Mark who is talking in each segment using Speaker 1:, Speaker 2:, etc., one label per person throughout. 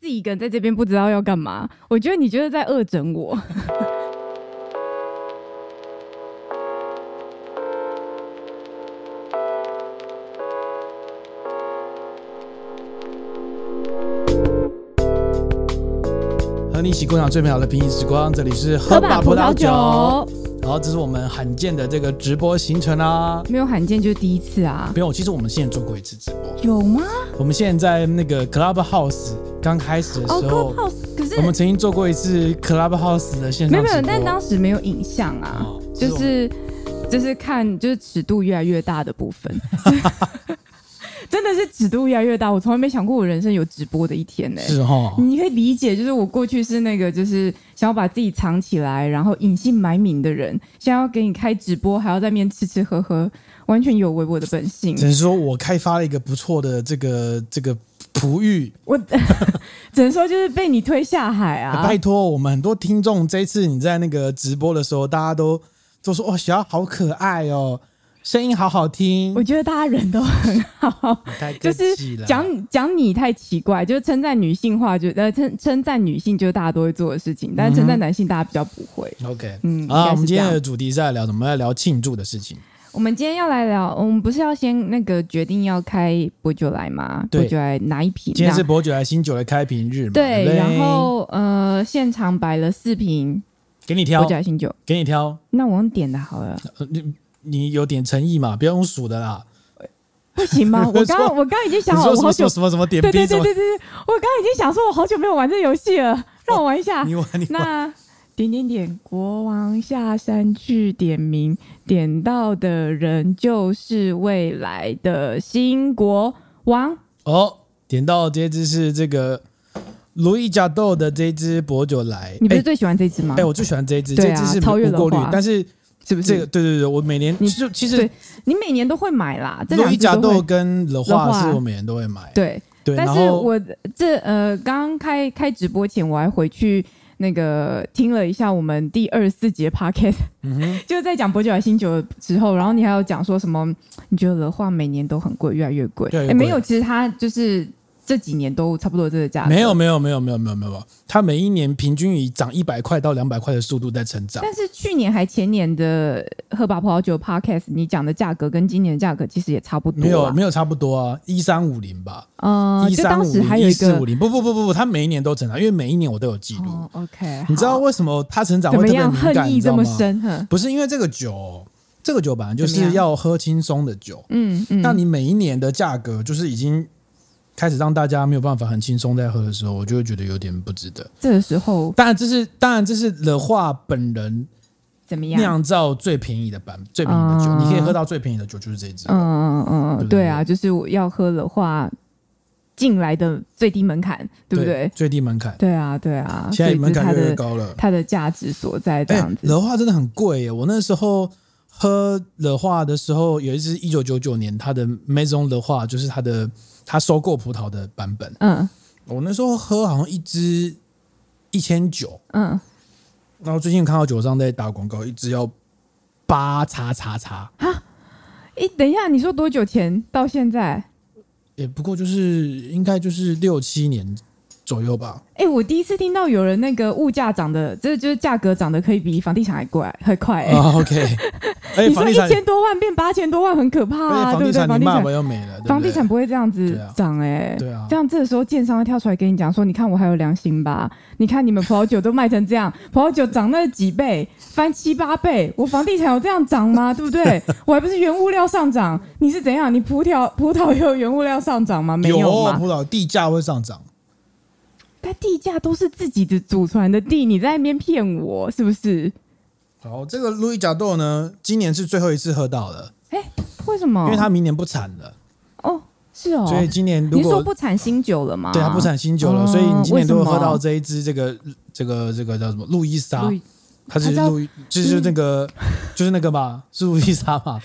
Speaker 1: 己一个人在这边不知道要干嘛。我觉得你就是在恶整我。
Speaker 2: 和你一起共享最美好的平时时光，这里是
Speaker 1: 喝吧葡萄酒
Speaker 2: 然后这是我们罕见的这个直播行程啦、
Speaker 1: 没有罕见就是第一次啊，
Speaker 2: 没有，其实我们现在做过一次直播。
Speaker 1: 有吗？
Speaker 2: 我们现在在那个 Clubhouse 刚开始的
Speaker 1: 哦
Speaker 2: 时候，
Speaker 1: ，Clubhouse，可是
Speaker 2: 我们曾经做过一次 Clubhouse 的线
Speaker 1: 没有没有，
Speaker 2: 上直播
Speaker 1: 但当时没有影像啊，
Speaker 2: 哦
Speaker 1: 就是是就是看就是尺度越来越大的部 分。真的是尺度越来越大，我从来没想过我人生有直播的一天呢、
Speaker 2: 是哈，
Speaker 1: 你可以理解，就是我过去是那个，就是想要把自己藏起来，然后隐姓埋名的人，现在要给你开直播，还要在面吃吃喝喝，完全有违我的本性
Speaker 2: 只。能说我开发了一个不错的这个这个璞玉。
Speaker 1: 我 只能说就是被你推下海啊！
Speaker 2: 哎拜托，我们很多听众这一次你在那个直播的时候，大家都都说哇，哦小妖好可爱哦，声音好好听
Speaker 1: 我，觉得大家人都很 好，
Speaker 2: 太客
Speaker 1: 就是
Speaker 2: 气了
Speaker 1: 讲讲你太奇怪，就是称赞女性化，觉得称称赞女性就是大家都会做的事情，但
Speaker 2: 嗯
Speaker 1: 是称赞男性大家比较不会。
Speaker 2: OK，
Speaker 1: 嗯
Speaker 2: 好啦，
Speaker 1: 应该是
Speaker 2: 我们今
Speaker 1: 这
Speaker 2: 天
Speaker 1: 样
Speaker 2: 的主题是在聊什么？要聊庆祝的事情。
Speaker 1: 我们今天要来聊，我们不是要先那个决定要开博酒来吗？
Speaker 2: 对
Speaker 1: 博酒来哪一瓶？
Speaker 2: 今天是博酒来新酒的开瓶日嘛？
Speaker 1: 对，
Speaker 2: 对不对，
Speaker 1: 然后呃，现场摆了四瓶
Speaker 2: 给你
Speaker 1: 国
Speaker 2: 挑，
Speaker 1: 家新酒，
Speaker 2: 给你挑，
Speaker 1: 那我用点的好了，
Speaker 2: 呃你你有点诚意嘛，不要用数的啦。
Speaker 1: 不行 吗？
Speaker 2: 你
Speaker 1: 我
Speaker 2: 说
Speaker 1: 刚我刚已经
Speaker 2: 你
Speaker 1: 想好，
Speaker 2: 说
Speaker 1: 我
Speaker 2: 什
Speaker 1: 好
Speaker 2: 么什
Speaker 1: 久
Speaker 2: 么，什么什么点
Speaker 1: 对对对
Speaker 2: 兵什么？
Speaker 1: 对对对，我刚已经想说，我好久没有玩这游戏了，让我玩一下。
Speaker 2: 哦你玩你玩，
Speaker 1: 那点点点，国王下山去点名，点到的人就是未来的新国王。
Speaker 2: 哦，点到这支是这个卢伊加豆的这支博酒来。
Speaker 1: 你不是
Speaker 2: 哎
Speaker 1: 最喜欢这支吗？
Speaker 2: 哎，我最喜欢这一支，
Speaker 1: 对
Speaker 2: 这
Speaker 1: 啊
Speaker 2: 支是
Speaker 1: 超越
Speaker 2: 无
Speaker 1: 了
Speaker 2: 过滤
Speaker 1: 话，
Speaker 2: 但是
Speaker 1: 是不是？
Speaker 2: 这个对对对，我每年
Speaker 1: 你
Speaker 2: 就其实
Speaker 1: 对你每年都会买啦，这
Speaker 2: 卢
Speaker 1: 两
Speaker 2: 伊
Speaker 1: 支
Speaker 2: 加
Speaker 1: 都
Speaker 2: 豆
Speaker 1: 会。
Speaker 2: 跟乐化
Speaker 1: 乐化
Speaker 2: 是我每年都会买。
Speaker 1: 对，
Speaker 2: 对，
Speaker 1: 但
Speaker 2: 然
Speaker 1: 是
Speaker 2: 后
Speaker 1: 我这呃，刚刚开开直播前，我还回去那个听了一下我们第二十四节 podcast，、就
Speaker 2: 嗯
Speaker 1: 在讲博酒来新酒之后，然后你还有讲说什么？你觉得的话每年都很贵，越来越贵。
Speaker 2: 越来越
Speaker 1: 诶没
Speaker 2: 贵
Speaker 1: 有，其实它就是这几年都差不多这个价格。
Speaker 2: 没有，没有没有没有没有没有没有，它每一年平均以涨一百块到两百块的速度在成长。
Speaker 1: 但是去年还前年的喝把葡萄酒 podcast，你讲的价格跟今年的价格其实也差不多。
Speaker 2: 没有，没有差不多啊，一三五零吧，
Speaker 1: 呃，
Speaker 2: 一
Speaker 1: 就
Speaker 2: 三
Speaker 1: 当
Speaker 2: 五
Speaker 1: 时还
Speaker 2: 零
Speaker 1: 有
Speaker 2: 一
Speaker 1: 一
Speaker 2: 四
Speaker 1: 个
Speaker 2: 五零，不不不不不，它每一年都成长，因为每一年我都有记录。
Speaker 1: 哦，OK，
Speaker 2: 你知
Speaker 1: 好
Speaker 2: 道为什么它成长
Speaker 1: 怎
Speaker 2: 会
Speaker 1: 么
Speaker 2: 特别
Speaker 1: 样？
Speaker 2: 敏
Speaker 1: 恨
Speaker 2: 感？你
Speaker 1: 意
Speaker 2: 知
Speaker 1: 这
Speaker 2: 道
Speaker 1: 么
Speaker 2: 吗？
Speaker 1: 深，哼，
Speaker 2: 不是因为这个酒，这个酒本来就
Speaker 1: 怎么
Speaker 2: 是
Speaker 1: 样
Speaker 2: 要喝轻松的酒，
Speaker 1: 嗯嗯。
Speaker 2: 那你每一年的价格就是已经开始让大家没有办法很轻松在喝的时候，我就会觉得有点不值得。
Speaker 1: 这个时候
Speaker 2: 当然这是当然这是乐化本人
Speaker 1: 怎么样？
Speaker 2: 酿造最便宜的版最便宜的酒，
Speaker 1: 嗯
Speaker 2: 你可以喝到最便宜的酒就是这一支。
Speaker 1: 嗯嗯嗯
Speaker 2: 对不
Speaker 1: 嗯，
Speaker 2: 对
Speaker 1: 对啊，就是我要喝的话，进来的最低门槛，对不对？
Speaker 2: 最低门槛，
Speaker 1: 对啊，对啊，
Speaker 2: 现在
Speaker 1: 所以
Speaker 2: 门
Speaker 1: 就是
Speaker 2: 槛
Speaker 1: 它
Speaker 2: 越来
Speaker 1: 的
Speaker 2: 越高了。
Speaker 1: 它的价值所在这
Speaker 2: 哎
Speaker 1: 样，子。
Speaker 2: 乐化真的很贵耶！我那时候喝乐化的时候，有一支一九九九年它的 Maison 乐化，就是它的它收购葡萄的版本。
Speaker 1: 嗯
Speaker 2: 我那时候喝好像一支一千九，
Speaker 1: 嗯，
Speaker 2: 然后最近看到酒商在打广告，一支要八叉叉叉，
Speaker 1: 诶，等一下，你说多久前到现在？
Speaker 2: 也不过就是应该就是六七年左右吧。
Speaker 1: 哎，我第一次听到有人那个物价涨的，这就是价格涨得可以比房地产还快，还快、诶
Speaker 2: 啊，OK，而 且
Speaker 1: 哎你说
Speaker 2: 房地
Speaker 1: 一
Speaker 2: 产，
Speaker 1: 千多万变八千多万，很可怕
Speaker 2: 而且
Speaker 1: 啊，
Speaker 2: 房
Speaker 1: 对不对？
Speaker 2: 地产
Speaker 1: 房
Speaker 2: 你
Speaker 1: 地
Speaker 2: 骂
Speaker 1: 产
Speaker 2: 完，又没了，对不对
Speaker 1: 房地产不会这样子
Speaker 2: 对啊
Speaker 1: 涨哎、
Speaker 2: 对啊
Speaker 1: 这，样这个时候建商会跳出来给你讲说，你看我还有良心吧？你看你们葡萄酒都卖成这样， 葡萄酒涨那几倍，翻七八倍，我房地产有这样涨 吗？对不对？我还不是原物料上涨，你是怎样？你葡萄葡萄有原物料上涨吗？没
Speaker 2: 哦
Speaker 1: 嘛。
Speaker 2: 葡萄地价会上涨。
Speaker 1: 但地价都是自己的祖传的地，你在那边骗我是不是？
Speaker 2: 好，这个路易角豆呢，今年是最后一次喝到了，
Speaker 1: 为什么？
Speaker 2: 因为它明年不产了，
Speaker 1: 哦是哦，
Speaker 2: 所以今年如
Speaker 1: 你是说
Speaker 2: 果
Speaker 1: 不产新酒了吗？
Speaker 2: 对它不产新酒了，
Speaker 1: 哦
Speaker 2: 所以你今年都会
Speaker 1: 为什么
Speaker 2: 喝到这一支这个这个这个啊叫什么路易莎
Speaker 1: 路，易。
Speaker 2: 它是
Speaker 1: 它叫嗯
Speaker 2: 路易，就是那个就是那个吧，是路易莎 吧？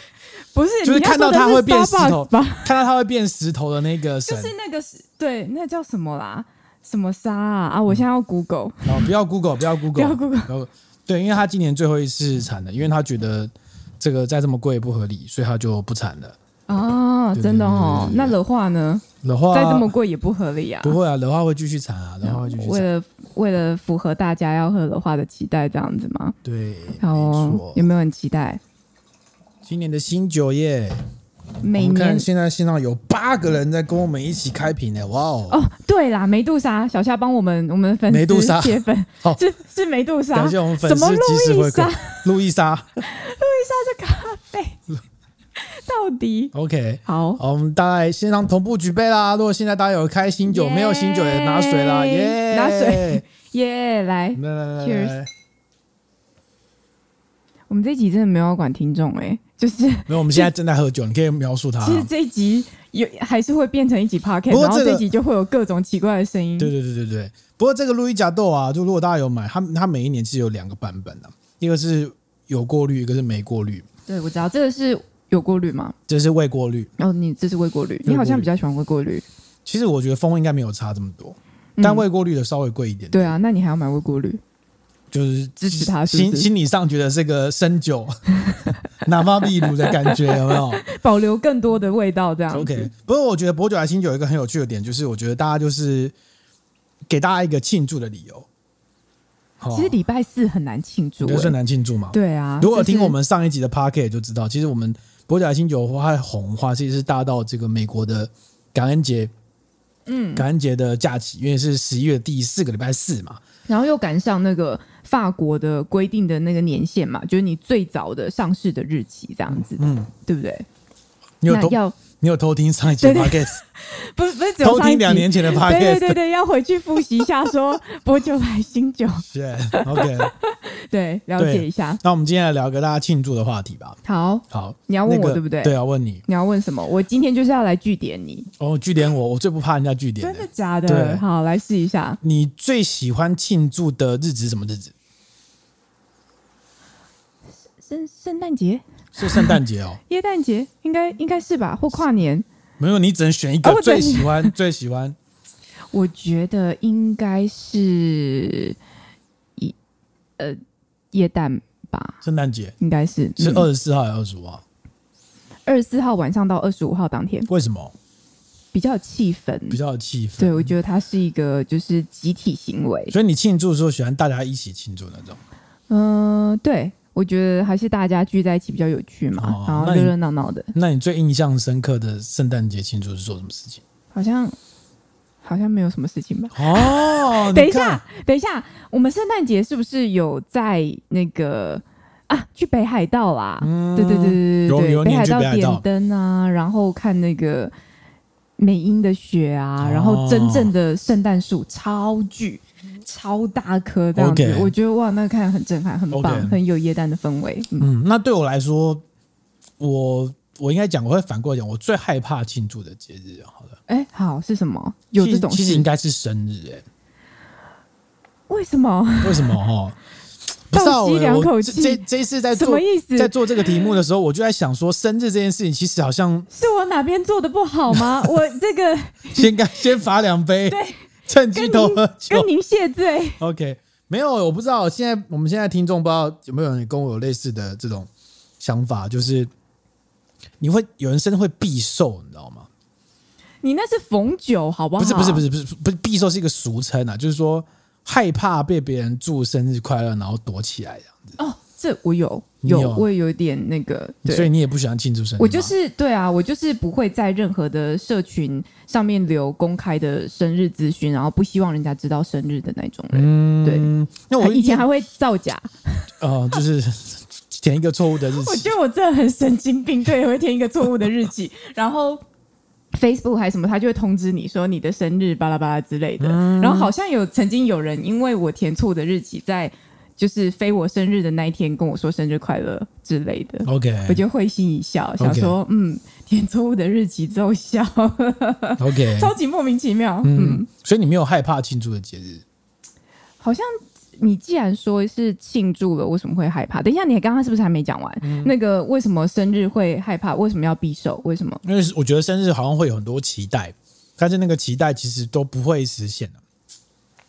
Speaker 1: 不是，
Speaker 2: 就是
Speaker 1: 你要
Speaker 2: 看到
Speaker 1: 说的
Speaker 2: 它
Speaker 1: 是
Speaker 2: 会变石头
Speaker 1: Starbucks 吧？
Speaker 2: 看到它会变石头的那个
Speaker 1: 就
Speaker 2: 神
Speaker 1: 是，那个是，对，那叫什么啦？什么沙啊？啊，我
Speaker 2: 嗯
Speaker 1: 现在要 Google，
Speaker 2: 哦，不要 Google，不要
Speaker 1: 不
Speaker 2: Google，
Speaker 1: 要 Google。
Speaker 2: 然后对，因为他今年最后一次产的，因为他觉得这个再这么贵不合理，所以他就不产了。
Speaker 1: 啊，
Speaker 2: 对
Speaker 1: 真的哦
Speaker 2: 对对对对。对
Speaker 1: 那的话呢？
Speaker 2: 的话
Speaker 1: 再这么贵也不合理啊。
Speaker 2: 不会啊，的话会继续产啊，的话会继续
Speaker 1: 为
Speaker 2: 产。
Speaker 1: 了为了符合大家要喝的话的期待，这样子吗？
Speaker 2: 对，
Speaker 1: 好
Speaker 2: 没
Speaker 1: 哦
Speaker 2: 错，
Speaker 1: 有。没有很期待？
Speaker 2: 今年的新酒耶，
Speaker 1: 每
Speaker 2: 我们
Speaker 1: 年
Speaker 2: 看现在现场有八个人在跟我们一起开瓶呢，哇哦！
Speaker 1: 哦，对啦，梅杜莎，小夏帮我们我们粉丝
Speaker 2: 梅杜莎
Speaker 1: 铁粉
Speaker 2: 哦，
Speaker 1: 是是梅杜莎
Speaker 2: 感，谢我们粉
Speaker 1: 怎
Speaker 2: 丝
Speaker 1: 么
Speaker 2: 及时
Speaker 1: 路
Speaker 2: 回
Speaker 1: 易莎
Speaker 2: 馈。路易莎
Speaker 1: 到底
Speaker 2: ，OK。
Speaker 1: 好
Speaker 2: 好，我们大概线上同步举杯啦。如果现在大家有开新酒，
Speaker 1: 耶
Speaker 2: 没有新酒也拿水啦，耶！
Speaker 1: 拿水。耶来，
Speaker 2: 来来来来
Speaker 1: Cheers
Speaker 2: 来，
Speaker 1: 我们这一集真的没有要管听众哎、就是
Speaker 2: 没有，我们现在正在喝酒，你可以描述它。
Speaker 1: 其实这一集有还是会变成一集 podcast，
Speaker 2: 啊不过
Speaker 1: 然后
Speaker 2: 这个
Speaker 1: 这一集就会有各种奇怪的声音。
Speaker 2: 对对对对对。不过这个路易甲豆啊，就如果大家有买，它它每一年是有两个版本的、啊一个是有过滤，一个是没过滤，
Speaker 1: 对，我知道这个是有过滤吗？
Speaker 2: 这是未过滤。
Speaker 1: 哦，你这是未过滤，你好像比较喜欢未过滤。
Speaker 2: 其实我觉得风味应该没有差这么多，
Speaker 1: 嗯
Speaker 2: 但未过滤的稍微贵一点点
Speaker 1: 对啊，那你还要买未过 滤？
Speaker 2: 就是
Speaker 1: 支持他是不是
Speaker 2: 心心理上觉得这个 生酒拿妈秘鲁的感觉有没有
Speaker 1: 保留更多的味道，这样子
Speaker 2: ？OK，不过我觉得薄酒来新酒有一个很有趣的点，就是我觉得大家就是给大家一个庆祝的理由。好
Speaker 1: 其实礼拜四很难庆祝、
Speaker 2: 就是很
Speaker 1: 欸，
Speaker 2: 难庆祝嘛。
Speaker 1: 对啊。
Speaker 2: 如果
Speaker 1: 就是
Speaker 2: 听我们上一集的 p a r k e t 就知道，其实我们薄甲新酒花红的话，其实是大到这个美国的感恩节，嗯，感恩节的假期，因为是十一月第四个礼拜四嘛，
Speaker 1: 然后又赶上那个法国的规定的那个年限嘛，就是你最早的上市的日期这样子，
Speaker 2: 嗯，
Speaker 1: 对不对？
Speaker 2: 你有
Speaker 1: 那
Speaker 2: 偷
Speaker 1: 要
Speaker 2: 你有偷听上一集的
Speaker 1: 对
Speaker 2: p
Speaker 1: 对
Speaker 2: a r k e t
Speaker 1: 不是不是只有
Speaker 2: 偷
Speaker 1: 上一集
Speaker 2: 听两年前的 p a r k
Speaker 1: 对
Speaker 2: e
Speaker 1: 对对
Speaker 2: t
Speaker 1: 对，要回去复习一下说 薄酒来新酒，
Speaker 2: 是 OK。
Speaker 1: 对，了解一下。
Speaker 2: 那我们今天来聊个大家庆祝的话题吧。
Speaker 1: 好，
Speaker 2: 好，
Speaker 1: 你要问
Speaker 2: 那
Speaker 1: 我
Speaker 2: 个
Speaker 1: 对不对？
Speaker 2: 对啊，问你
Speaker 1: 你要问什么？我今天就是要来据点你，
Speaker 2: 哦，据点我，我最不怕人家据点
Speaker 1: 真的
Speaker 2: 的。
Speaker 1: 假
Speaker 2: 对
Speaker 1: 的？好，来试一下。
Speaker 2: 你最喜欢庆祝的日子是什么日子？
Speaker 1: 圣圣诞节、
Speaker 2: 是圣诞节哦。
Speaker 1: 耶诞节，应该应该是吧？或跨年？
Speaker 2: 没有，你只能选一
Speaker 1: 啊
Speaker 2: 个
Speaker 1: 我
Speaker 2: 最
Speaker 1: 只
Speaker 2: 喜欢，最喜欢。
Speaker 1: 我觉得应该是一呃耶诞吧，
Speaker 2: 圣诞节
Speaker 1: 应该是
Speaker 2: 是
Speaker 1: 嗯
Speaker 2: 二十四号还是二十五号？
Speaker 1: 二十四号晚上到二十五号当天
Speaker 2: 为什么
Speaker 1: 比较有气氛。
Speaker 2: 比较有气氛？
Speaker 1: 对，我觉得它是一个就是集体行为。
Speaker 2: 所以你庆祝的时候喜欢大家一起庆祝那种。
Speaker 1: 嗯、对，我觉得还是大家聚在一起比较有趣嘛，
Speaker 2: 哦
Speaker 1: 然后
Speaker 2: 那你
Speaker 1: 热热闹闹的，
Speaker 2: 那你最印象深刻的圣诞节庆祝是做什么事情？
Speaker 1: 好像好像没有什么事情吧。
Speaker 2: 哦，
Speaker 1: 等
Speaker 2: 你
Speaker 1: 一
Speaker 2: 看
Speaker 1: 下，，等一下，我们圣诞节是不是有在那个啊去北海道啦？对对对对
Speaker 2: 嗯有
Speaker 1: 对
Speaker 2: 有
Speaker 1: 对，
Speaker 2: 年
Speaker 1: 海
Speaker 2: 去北海道
Speaker 1: 点灯啊，然后看那个美英的雪啊，
Speaker 2: 哦
Speaker 1: 然后真正的圣诞树超巨。超大棵这样子
Speaker 2: OK
Speaker 1: 我觉得哇，那个看很震撼，很棒
Speaker 2: OK
Speaker 1: 很有耶诞的氛围。嗯，
Speaker 2: 嗯，那对我来说，我我应该讲，我会反过来讲，我最害怕庆祝的节日。好了，
Speaker 1: 哎、好是什么？有
Speaker 2: 其实
Speaker 1: 这种
Speaker 2: 其实应
Speaker 1: 事？
Speaker 2: 该是生日、欸，
Speaker 1: 为什么？
Speaker 2: 哎，为什么？哦，不知道
Speaker 1: 倒吸
Speaker 2: 我
Speaker 1: 两口
Speaker 2: 我这
Speaker 1: 气
Speaker 2: 这这一次在
Speaker 1: 什
Speaker 2: 做
Speaker 1: 么意思？
Speaker 2: 在做这个题目的时候，我就在想说，生日这件事情其实好像
Speaker 1: 是我哪边做的不好 吗？我这个
Speaker 2: 先该 先罚两杯，趁机头喝酒
Speaker 1: 跟。您谢罪。
Speaker 2: OK，没有，我不知道。现在我们现在听众不知道有没有人跟我有类似的这种想法，就是你会有人生日会必瘦，你知道吗？
Speaker 1: 你那是逢九，好不好？
Speaker 2: 不是不是不是不是不是必瘦是一个俗称啊，就是说害怕被别人祝生日快乐，然后躲起来这样啊子。
Speaker 1: 哦，这我有
Speaker 2: 你
Speaker 1: 有，
Speaker 2: 有
Speaker 1: 我也有一点那个，
Speaker 2: 所以
Speaker 1: 对，
Speaker 2: 你也不喜欢庆祝生日吗，
Speaker 1: 我就是对啊，我就是不会在任何的社群上面留公开的生日资讯，然后不希望人家知道生日的那种人。
Speaker 2: 嗯，那我
Speaker 1: 以前还会造假，
Speaker 2: 呃，就是填一个错误的日
Speaker 1: 我
Speaker 2: 期
Speaker 1: 觉。得我真的很神经病，对，会填一个错误的日 期，然后 Facebook 还是什么，他就会通知你说你的生日巴拉巴拉之类的。
Speaker 2: 嗯
Speaker 1: 然后好像有曾经有人因为我填错的日期，在就是非我生日的那一天跟我说生日快乐之类的。
Speaker 2: OK，
Speaker 1: 我就会心一笑，想说嗯，填错误的日期奏效，
Speaker 2: OK，
Speaker 1: 超级莫名其妙。嗯，
Speaker 2: 嗯，所以你没有害怕庆祝的节日。
Speaker 1: 好像你既然说是庆祝了，为什么会害怕？等一下，你刚刚是不是还没讲完？
Speaker 2: 嗯
Speaker 1: 那个为什么生日会害怕？为什么要匕首？为什么？
Speaker 2: 因为我觉得生日好像会有很多期待，但是那个期待其实都不会实现的。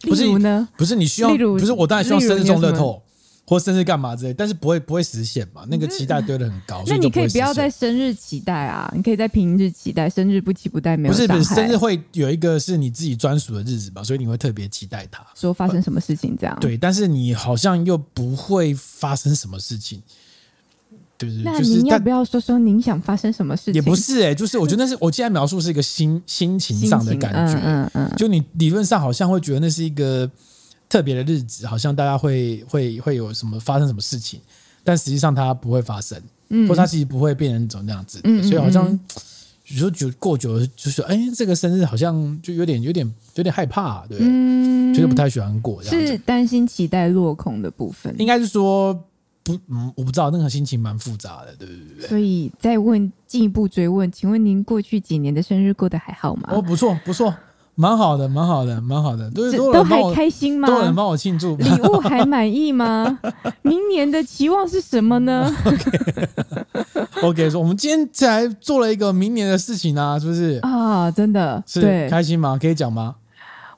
Speaker 2: 不是啊
Speaker 1: 例如呢？
Speaker 2: 不是你希望，
Speaker 1: 例如
Speaker 2: 不是我当然希望生日中
Speaker 1: 例
Speaker 2: 乐
Speaker 1: 如你有
Speaker 2: 透，或甚至干嘛之类，但是不会不会实现嘛？那个期待堆得很高，
Speaker 1: 嗯
Speaker 2: 所
Speaker 1: 那
Speaker 2: 以
Speaker 1: 你
Speaker 2: 就
Speaker 1: 可以
Speaker 2: 会
Speaker 1: 不要
Speaker 2: 实现
Speaker 1: 在生日期待啊，你可以在平日期待，生日不期不待没有啊
Speaker 2: 不是不
Speaker 1: 伤
Speaker 2: 是
Speaker 1: 害
Speaker 2: 生日会有一个是你自己专属的日子吧，所以你会特别期待它。
Speaker 1: 说发生什么事情这样。，
Speaker 2: 对，但是你好像又不会发生什么事情，对不对？
Speaker 1: 那
Speaker 2: 就是
Speaker 1: 您要
Speaker 2: 但
Speaker 1: 不要说说您想发生什么事情？
Speaker 2: 也不是哎、就是我觉得那是我现在描述是一个心心情
Speaker 1: 心
Speaker 2: 上的
Speaker 1: 情
Speaker 2: 感觉，啊
Speaker 1: 嗯嗯嗯，
Speaker 2: 就你理论上好像会觉得那是一个特别的日子，好像大家会会会有什么发生什么事情，但实际上它不会发生，或者它其实不会变成怎么样子，
Speaker 1: 嗯嗯嗯
Speaker 2: 所以好
Speaker 1: 嗯
Speaker 2: 像有时候久过久了就是哎、这个生日好像就有点有点有点害怕、对，
Speaker 1: 嗯，
Speaker 2: 就是不太喜欢过这样
Speaker 1: 是
Speaker 2: 子，
Speaker 1: 担心期待落空的部分，
Speaker 2: 应该是说不，嗯，我不知道那个心情蛮复杂的，对不对？
Speaker 1: 所以再问进一步追问，请问您过去几年的生日过得还好吗？
Speaker 2: 哦，不错不错，蛮好的蛮好的蛮好的，对，
Speaker 1: 这
Speaker 2: 多
Speaker 1: 都
Speaker 2: 人帮
Speaker 1: 还
Speaker 2: 我
Speaker 1: 开心吗？
Speaker 2: 多人帮我庆 祝，
Speaker 1: 礼物还满意 吗？明年的期望是什么呢？
Speaker 2: OK，说我们今天才做了一个明年的事情啊，是不是？
Speaker 1: 啊，真的，
Speaker 2: 是
Speaker 1: 对
Speaker 2: 开心吗？可以讲吗？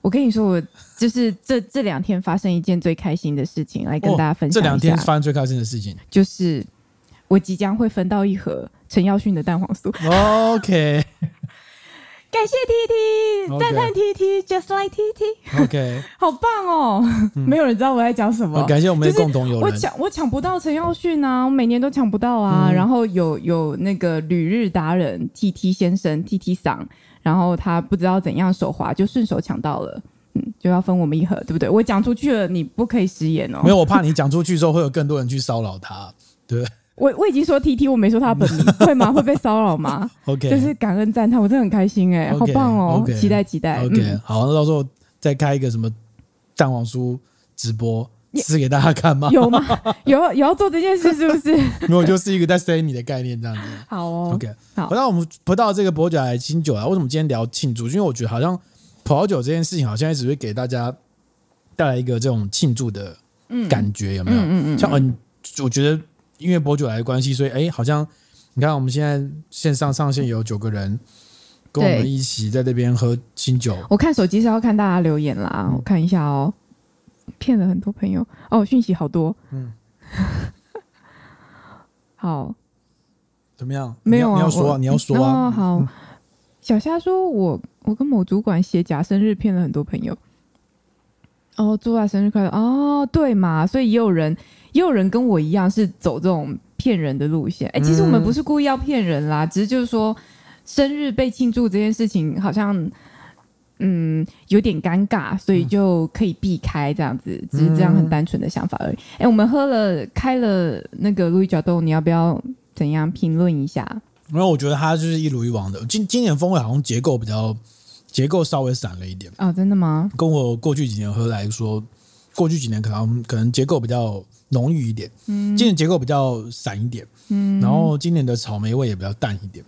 Speaker 1: 我跟你说，我就是这这两天发生一件最开心的事情，来跟
Speaker 2: 哦
Speaker 1: 大家分
Speaker 2: 这
Speaker 1: 享一下。
Speaker 2: 两天发生最开心的事情。
Speaker 1: 就是我即将会分到一盒陈耀迅的蛋黄酥，
Speaker 2: OK
Speaker 1: 感谢 T T，
Speaker 2: OK
Speaker 1: 赞叹 T T，just like T T，
Speaker 2: OK，
Speaker 1: 好棒哦！没有人知道我在讲什么
Speaker 2: 好，。感谢我们的共同友
Speaker 1: 我
Speaker 2: 嗯人。
Speaker 1: 抢我抢不到陈耀迅啊，我每年都抢不到啊。
Speaker 2: 嗯
Speaker 1: 然后有有那个旅日达人 T T 先生 T T 桑，然后他不知道怎样手滑，就顺手抢到了，嗯，就要分我们一盒，对不对？我讲出去了，你不可以食言哦。
Speaker 2: 没有，我怕你讲出去之后会有更多人去骚扰他，对不对
Speaker 1: 我我已经说 T T，我没说他本名，会吗？会被骚扰吗？
Speaker 2: 嗯？OK，
Speaker 1: 就是感恩赞叹，我真的很开心哎、
Speaker 2: OK，
Speaker 1: 好棒哦
Speaker 2: OK
Speaker 1: 期待期待。
Speaker 2: OK，、
Speaker 1: 嗯，
Speaker 2: 好，那到时候再开一个什么蛋黄酥直播。吃给大家看吗？
Speaker 1: 有吗？有有要做这件事是不是？
Speaker 2: 没有，就是一个在 say 你的概念这样子。
Speaker 1: 好哦
Speaker 2: OK，
Speaker 1: 好
Speaker 2: 回到我们回到这个葡萄酒还是清酒啊，为什么今天聊庆祝？因为我觉得好像葡萄酒这件事情，好像一直会给大家带来一个这种庆祝的感觉，有没有？
Speaker 1: 嗯嗯嗯
Speaker 2: 像嗯，我觉得因为博酒来的关系，所以哎，好像你看我们现在线上上线有九个人跟我们
Speaker 1: 对
Speaker 2: 一起在这边喝清酒，
Speaker 1: 我看手机是要看大家留言
Speaker 2: 嗯
Speaker 1: 啦，我看一下哦。骗了很多朋友哦，讯息好多。嗯
Speaker 2: 嗯，
Speaker 1: 好，
Speaker 2: 怎么样？
Speaker 1: 没有啊
Speaker 2: 你要你要说啊，
Speaker 1: 我
Speaker 2: 你要说
Speaker 1: 哦，
Speaker 2: 啊，
Speaker 1: 好。小虾说我我跟某主管写假生日骗了很多朋友。哦，祝他生日快乐哦，对嘛，所以也有人也有人跟我一样是走这种骗人的路线。哎、其实我们
Speaker 2: 嗯
Speaker 1: 不是故意要骗人啦，只是就是说生日被庆祝这件事情好像。嗯，有点尴尬，所
Speaker 2: 嗯
Speaker 1: 以就可以避开这样子，只是这样很单纯的想法而已。哎、我们喝了开了那个路易角豆，你要不要怎样评论一下？
Speaker 2: 因为我觉得它就是一如以往的。今今年风味好像结构比较结构稍微散了一点。
Speaker 1: 哦，真的吗？
Speaker 2: 跟我过去几年喝来说，过去几年可能可能结构比较浓郁一点，嗯，今年结构比较散一点，嗯，然后今年的草莓味也比较淡一点，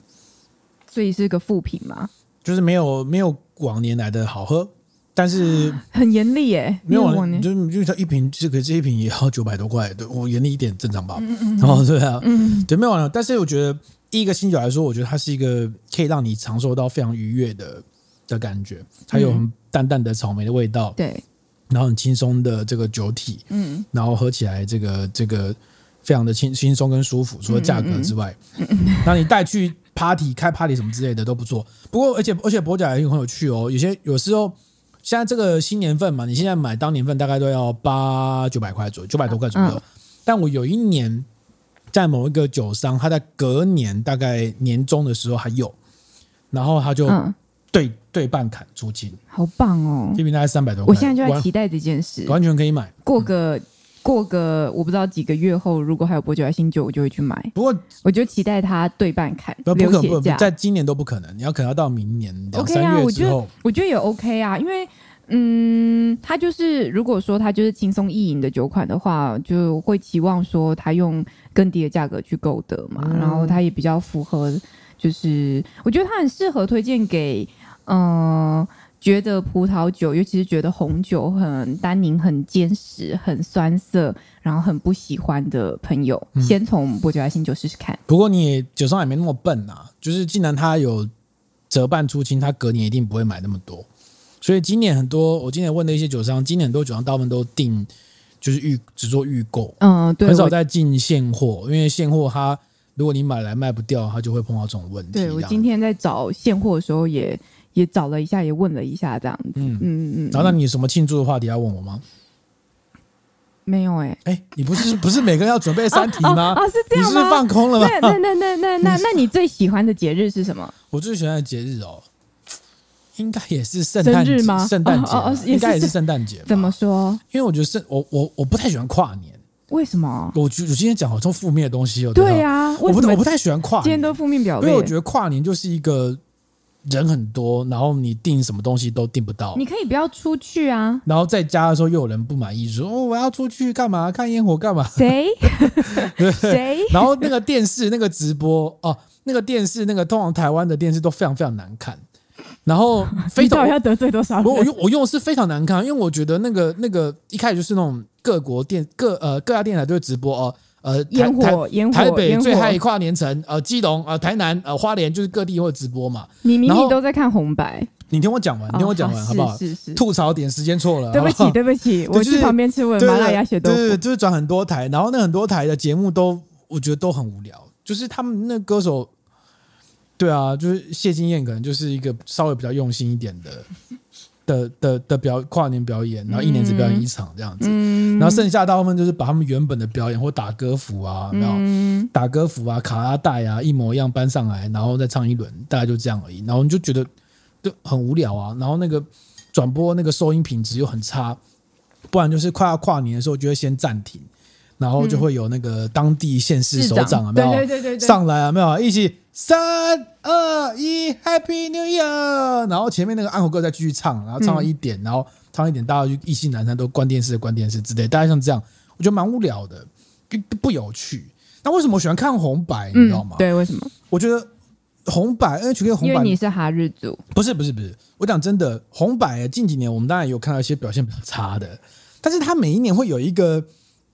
Speaker 1: 所以是个副品嘛，
Speaker 2: 就是没有没有往年来的好喝，但是
Speaker 1: 很严厉耶，
Speaker 2: 嗯没有往
Speaker 1: 往年
Speaker 2: 就是就是它一瓶这个这一瓶也要九百多块，对我严厉一点正常吧，嗯嗯，然后对啊，嗯，对，没有往年，但是我觉得一个新酒来说，我觉得它是一个可以让你尝受到非常愉悦的的感觉，它有很淡淡的草莓的味道，
Speaker 1: 对，
Speaker 2: 然后很轻松的这个酒体，
Speaker 1: 嗯，
Speaker 2: 然后喝起来这个这个非常的轻轻松跟舒服，除了价格之外，那你带去 party 开 party 什么之类的都不错。不过而且而且博甲也很有趣哦，有些有时候现在这个新年份嘛，你现在买当年份大概都要八九百块左右，九百多块左右。
Speaker 1: 嗯
Speaker 2: 但我有一年在某一个酒商，他在隔年大概年终的时候还有，然后他就
Speaker 1: 嗯，
Speaker 2: 对、对半砍出清，
Speaker 1: 好棒哦
Speaker 2: 这！边大概三百多
Speaker 1: 我
Speaker 2: 块，
Speaker 1: 现在就在
Speaker 2: 完
Speaker 1: 期待这件事，
Speaker 2: 完全可以买。
Speaker 1: 过个过个我不知道几个月后，如果还有波九爱新酒，我就会去买，
Speaker 2: 不过
Speaker 1: 我就期待它对半砍
Speaker 2: 不不
Speaker 1: 流
Speaker 2: 可能，
Speaker 1: 血
Speaker 2: 不
Speaker 1: 价
Speaker 2: 能，在今年都不可能，你要可能要到明年两
Speaker 1: OK
Speaker 2: 三
Speaker 1: 啊
Speaker 2: 月
Speaker 1: 我
Speaker 2: 之
Speaker 1: 觉得
Speaker 2: 后，
Speaker 1: 我觉得也 OK 啊，因为嗯，它就是如果说它就是轻松易饮的酒款的话，就会期望说它用更低的价格去购得嘛，
Speaker 2: 嗯
Speaker 1: 然后它也比较符合，就是我觉得它很适合推荐给嗯。呃觉得葡萄酒，尤其是觉得红酒很单宁、很坚实、很酸涩，然后很不喜欢的朋友，
Speaker 2: 嗯
Speaker 1: 先从伯爵爱新酒试试看。
Speaker 2: 不过你也酒商也没那么笨啊，就是既然他有折半出清，他隔年一定不会买那么多。所以今年很多我今年问的一些酒商，今年很多酒商大部分都定就是预只做预购，
Speaker 1: 嗯，对，
Speaker 2: 很少
Speaker 1: 我
Speaker 2: 在进现货，因为现货它如果你买来卖不掉，它就会碰到这种问题。
Speaker 1: 对我
Speaker 2: 这样
Speaker 1: 今天在找现货的时候也也找了一下，也问了一下这样子，嗯
Speaker 2: 嗯
Speaker 1: 嗯嗯，
Speaker 2: 然后，那你有什么庆祝的话题要问我吗？
Speaker 1: 没有哎、
Speaker 2: 哎，你不是不是每个人要准备三题
Speaker 1: 哦
Speaker 2: 吗？
Speaker 1: 哦，是这
Speaker 2: 你
Speaker 1: 样
Speaker 2: 是
Speaker 1: 吗？
Speaker 2: 不是放空了吗？
Speaker 1: 那那那那那 那那你最喜欢的节日是什么？
Speaker 2: 我最喜欢的节日哦，应该也是圣诞
Speaker 1: 生日
Speaker 2: 节
Speaker 1: 吗
Speaker 2: 圣诞节
Speaker 1: 哦
Speaker 2: 吧
Speaker 1: 哦哦也是
Speaker 2: 应该也是圣诞节吧。
Speaker 1: 怎么说？
Speaker 2: 因为我觉得圣我我我不太喜欢跨年。
Speaker 1: 为什么？
Speaker 2: 我觉我今天讲好像负面的东西哦。
Speaker 1: 对
Speaker 2: 呀，
Speaker 1: 呀、
Speaker 2: 我
Speaker 1: 为
Speaker 2: 不
Speaker 1: 什
Speaker 2: 我不
Speaker 1: 么
Speaker 2: 太喜欢跨
Speaker 1: 今天
Speaker 2: 年，
Speaker 1: 都负面表
Speaker 2: 因为我
Speaker 1: 列
Speaker 2: 觉？得跨年就是一个人很多，然后你订什么东西都订不到。
Speaker 1: 你可以不要出去 啊。
Speaker 2: 然后在家的时候又有人不满意，说哦我要出去干嘛？看烟火干嘛？
Speaker 1: 谁？谁？
Speaker 2: 然后那个电视那个直播哦，那个电视那个通常台湾的电视都非常非常难看，然后非
Speaker 1: 你到
Speaker 2: 常
Speaker 1: 底要得罪多少
Speaker 2: 我我
Speaker 1: 人？
Speaker 2: 用我用的是非常难看，因为我觉得那个那个一开始就是那种各国电各呃各家电台都会直播哦，呃台
Speaker 1: 烟
Speaker 2: 台
Speaker 1: 火，烟火，
Speaker 2: 台北
Speaker 1: 烟
Speaker 2: 最嗨
Speaker 1: 火！
Speaker 2: 跨年城，呃基隆呃台南呃花莲就是各地会直播嘛。
Speaker 1: 你明
Speaker 2: 然
Speaker 1: 明
Speaker 2: 后
Speaker 1: 都在看红白，
Speaker 2: 你听我讲完，你听我讲完
Speaker 1: 哦
Speaker 2: 好不好？
Speaker 1: 是是是，
Speaker 2: 吐槽点时间错了，
Speaker 1: 对不
Speaker 2: 好
Speaker 1: 起，
Speaker 2: 好
Speaker 1: 对不起，
Speaker 2: 对
Speaker 1: 我
Speaker 2: 就是
Speaker 1: 去旁边吃我的
Speaker 2: 对
Speaker 1: 麻辣鸭血豆
Speaker 2: 对对，
Speaker 1: 腐。
Speaker 2: 就是转很多台，然后那很多台的节目都我觉得都很无聊，就是他们那歌手，对啊，就是谢金燕可能就是一个稍微比较用心一点的的的的表跨年表演，然后一年只表演一场这样子，
Speaker 1: 嗯，
Speaker 2: 然后剩下大部分就是把他们原本的表演或打歌服啊，然后。
Speaker 1: 嗯，
Speaker 2: 打歌服啊、卡拉带啊，一模一样搬上来，然后再唱一轮，大概就这样而已。然后你就觉得就很无聊啊，然后那个转播那个收音品质又很差，不然就是快要跨年的时候就会先暂停，然后就会有那个当地县市首长啊，没
Speaker 1: 对嗯
Speaker 2: 有
Speaker 1: 对对对对，
Speaker 2: 上来啊，没有一起三二一，Happy New Year，然后前面那个暗红歌再继续唱，然后
Speaker 1: 嗯
Speaker 2: 唱到一点，然后唱到一点，大家就意兴阑珊，都关电视关电视之类，大家像这样，我觉得蛮无聊的，不不有趣。那为什么我喜欢看红白？你知道
Speaker 1: 嗯
Speaker 2: 吗，？
Speaker 1: 对，为什么？
Speaker 2: 我觉得红白 NHK
Speaker 1: 因
Speaker 2: 红
Speaker 1: 为
Speaker 2: 白
Speaker 1: 你是哈日族，
Speaker 2: 不是不是不是，我讲真的，红白近几年我们当然有看到一些表现比较差的，但是它每一年会有一个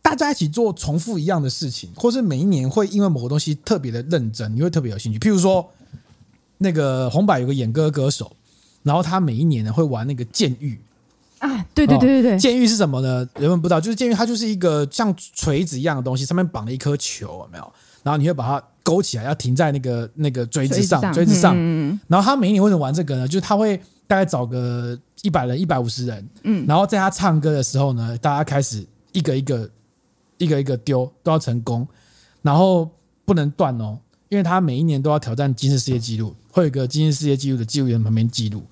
Speaker 2: 大家一起做重复一样的事情，或是每一年会因为某个东西特别的认真，你会特别有兴趣。譬如说，那个红白有个演歌歌手，然后他每一年呢会玩那个剑玉，
Speaker 1: 啊，对对
Speaker 2: 哦
Speaker 1: 对对对，
Speaker 2: 监狱是什么呢？人们不知道，就是监狱，它就是一个像锤子一样的东西，上面绑了一颗球，有没有？然后你会把它勾起来，要停在那个那个锥子上，
Speaker 1: 追
Speaker 2: 锥子上。
Speaker 1: 嗯
Speaker 2: 然后他每一年为什么玩这个呢？就是他会大概找个一百人、一百五十人，
Speaker 1: 嗯
Speaker 2: 然后在他唱歌的时候呢，大家开始一个一个、一个一个丢，都要成功，然后不能断哦，因为他每一年都要挑战吉尼斯世界纪录，会有一个吉尼斯世界纪录的记录员旁边记录，